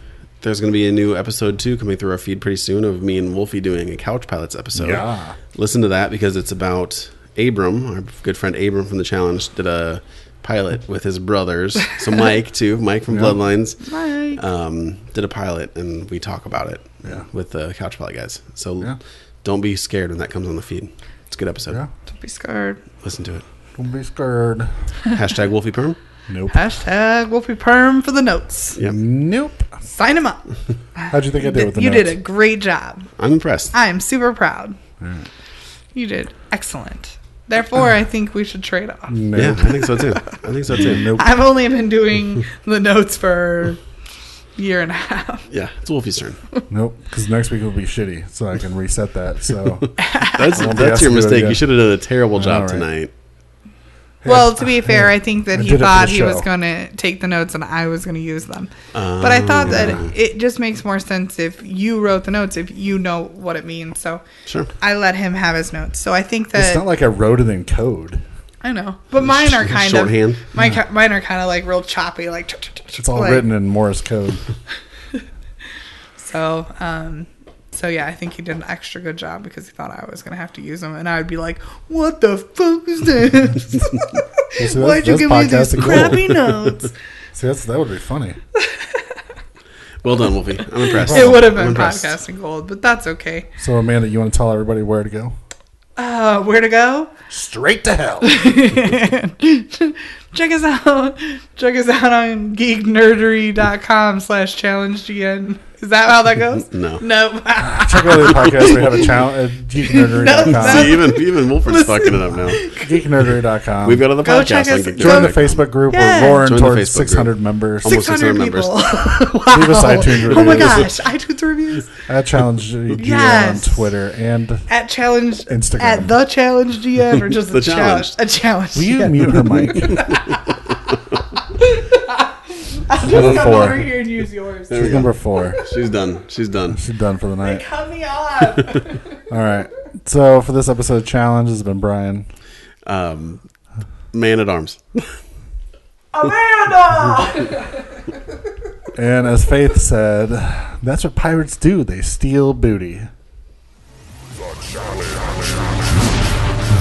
There's going to be a new episode too coming through our feed pretty soon of me and Wolfie doing a Couch Pilots episode. Yeah. Listen to that because it's about Abram, our good friend Abram from the challenge, did a pilot with his brothers. *laughs* So Mike too, Mike from Bloodlines, Mike. um, did a pilot, and we talk about it Yeah. with the Couch Pilot guys. So Yeah. don't be scared when that comes on the feed. It's a good episode. Yeah. Don't be scared. Listen to it. Don't be scared. *laughs* Hashtag Wolfie Perm. Nope. Hashtag Wolfie Perm for the notes. Yep. Nope. Sign *laughs* him up. How'd you think I did with the you notes? did a great job. I'm impressed. I am super proud. You did excellent. Therefore, I think we should trade off. Nope. Yeah, I think *laughs* so too. I think so too. Nope. I've only *laughs* been doing the notes for a year and a half. Yeah, it's Wolfie's turn. Nope. Because next week will be shitty, so I can reset that. *laughs* So That's won't be that's asked your to do it mistake. again. You should have done a terrible job All right. tonight. Well, to be fair, I think that I he did it for thought the he was show. going to take the notes and I was going to use them. but Oh, I thought that it just makes more sense if you wrote the notes, if you know what it means. So Sure. I let him have his notes. So I think that it's not like I wrote it in code. I know, but mine are kind Shorthand. of my ki mine are kind of like real choppy, like ch- ch- ch- It's all like- written in Morse code. So, um, so yeah, I think he did an extra good job because he thought I was gonna have to use them, and I would be like, "What the fuck is *laughs* this? that's- Why'd you that's give me these podcasting gold. crappy *laughs* notes?" *laughs* See, that's, that would be funny. Well done, Wolfie. *laughs* I'm impressed. it would have Oh, I'm been impressed. podcasting gold, but that's okay. So Amanda, you want to tell everybody where to go? Uh, where to go? Straight to hell. *laughs* check us out. Check us out on geeknerdery.com slash challenge GN. Is that how *laughs* that goes? No. *laughs* Nope. Check out the podcast. We have a channel at *laughs* geeknerdery.com. No, *laughs* See, even even *laughs* Wolford's fucking it up now. geeknerdery.com. We've got other Go check podcasts on us- Geek Join the Nerd.com. Facebook group. Yeah. We're roaring Join the towards Facebook group. 600 members. Almost- 600 600 *laughs* people. members. wow. Leave us iTunes Oh my reviews. gosh. iTunes reviews. I challenge you Yes. on Twitter and At challenge. Instagram. At the challenge GM or just the, The challenge. A challenge. *laughs* Will you GM. mute her *laughs* mic? She's Come number four. over here and use yours. There we go. number four. She's done. She's done. She's done for the night. Cut me off. All right. So for this episode of Challenge, this has been Brian. Um, man at arms. *laughs* Amanda! And as Faith said, that's what pirates do. They steal booty. The challenge.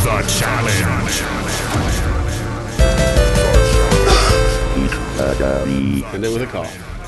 The challenge. End it with a call.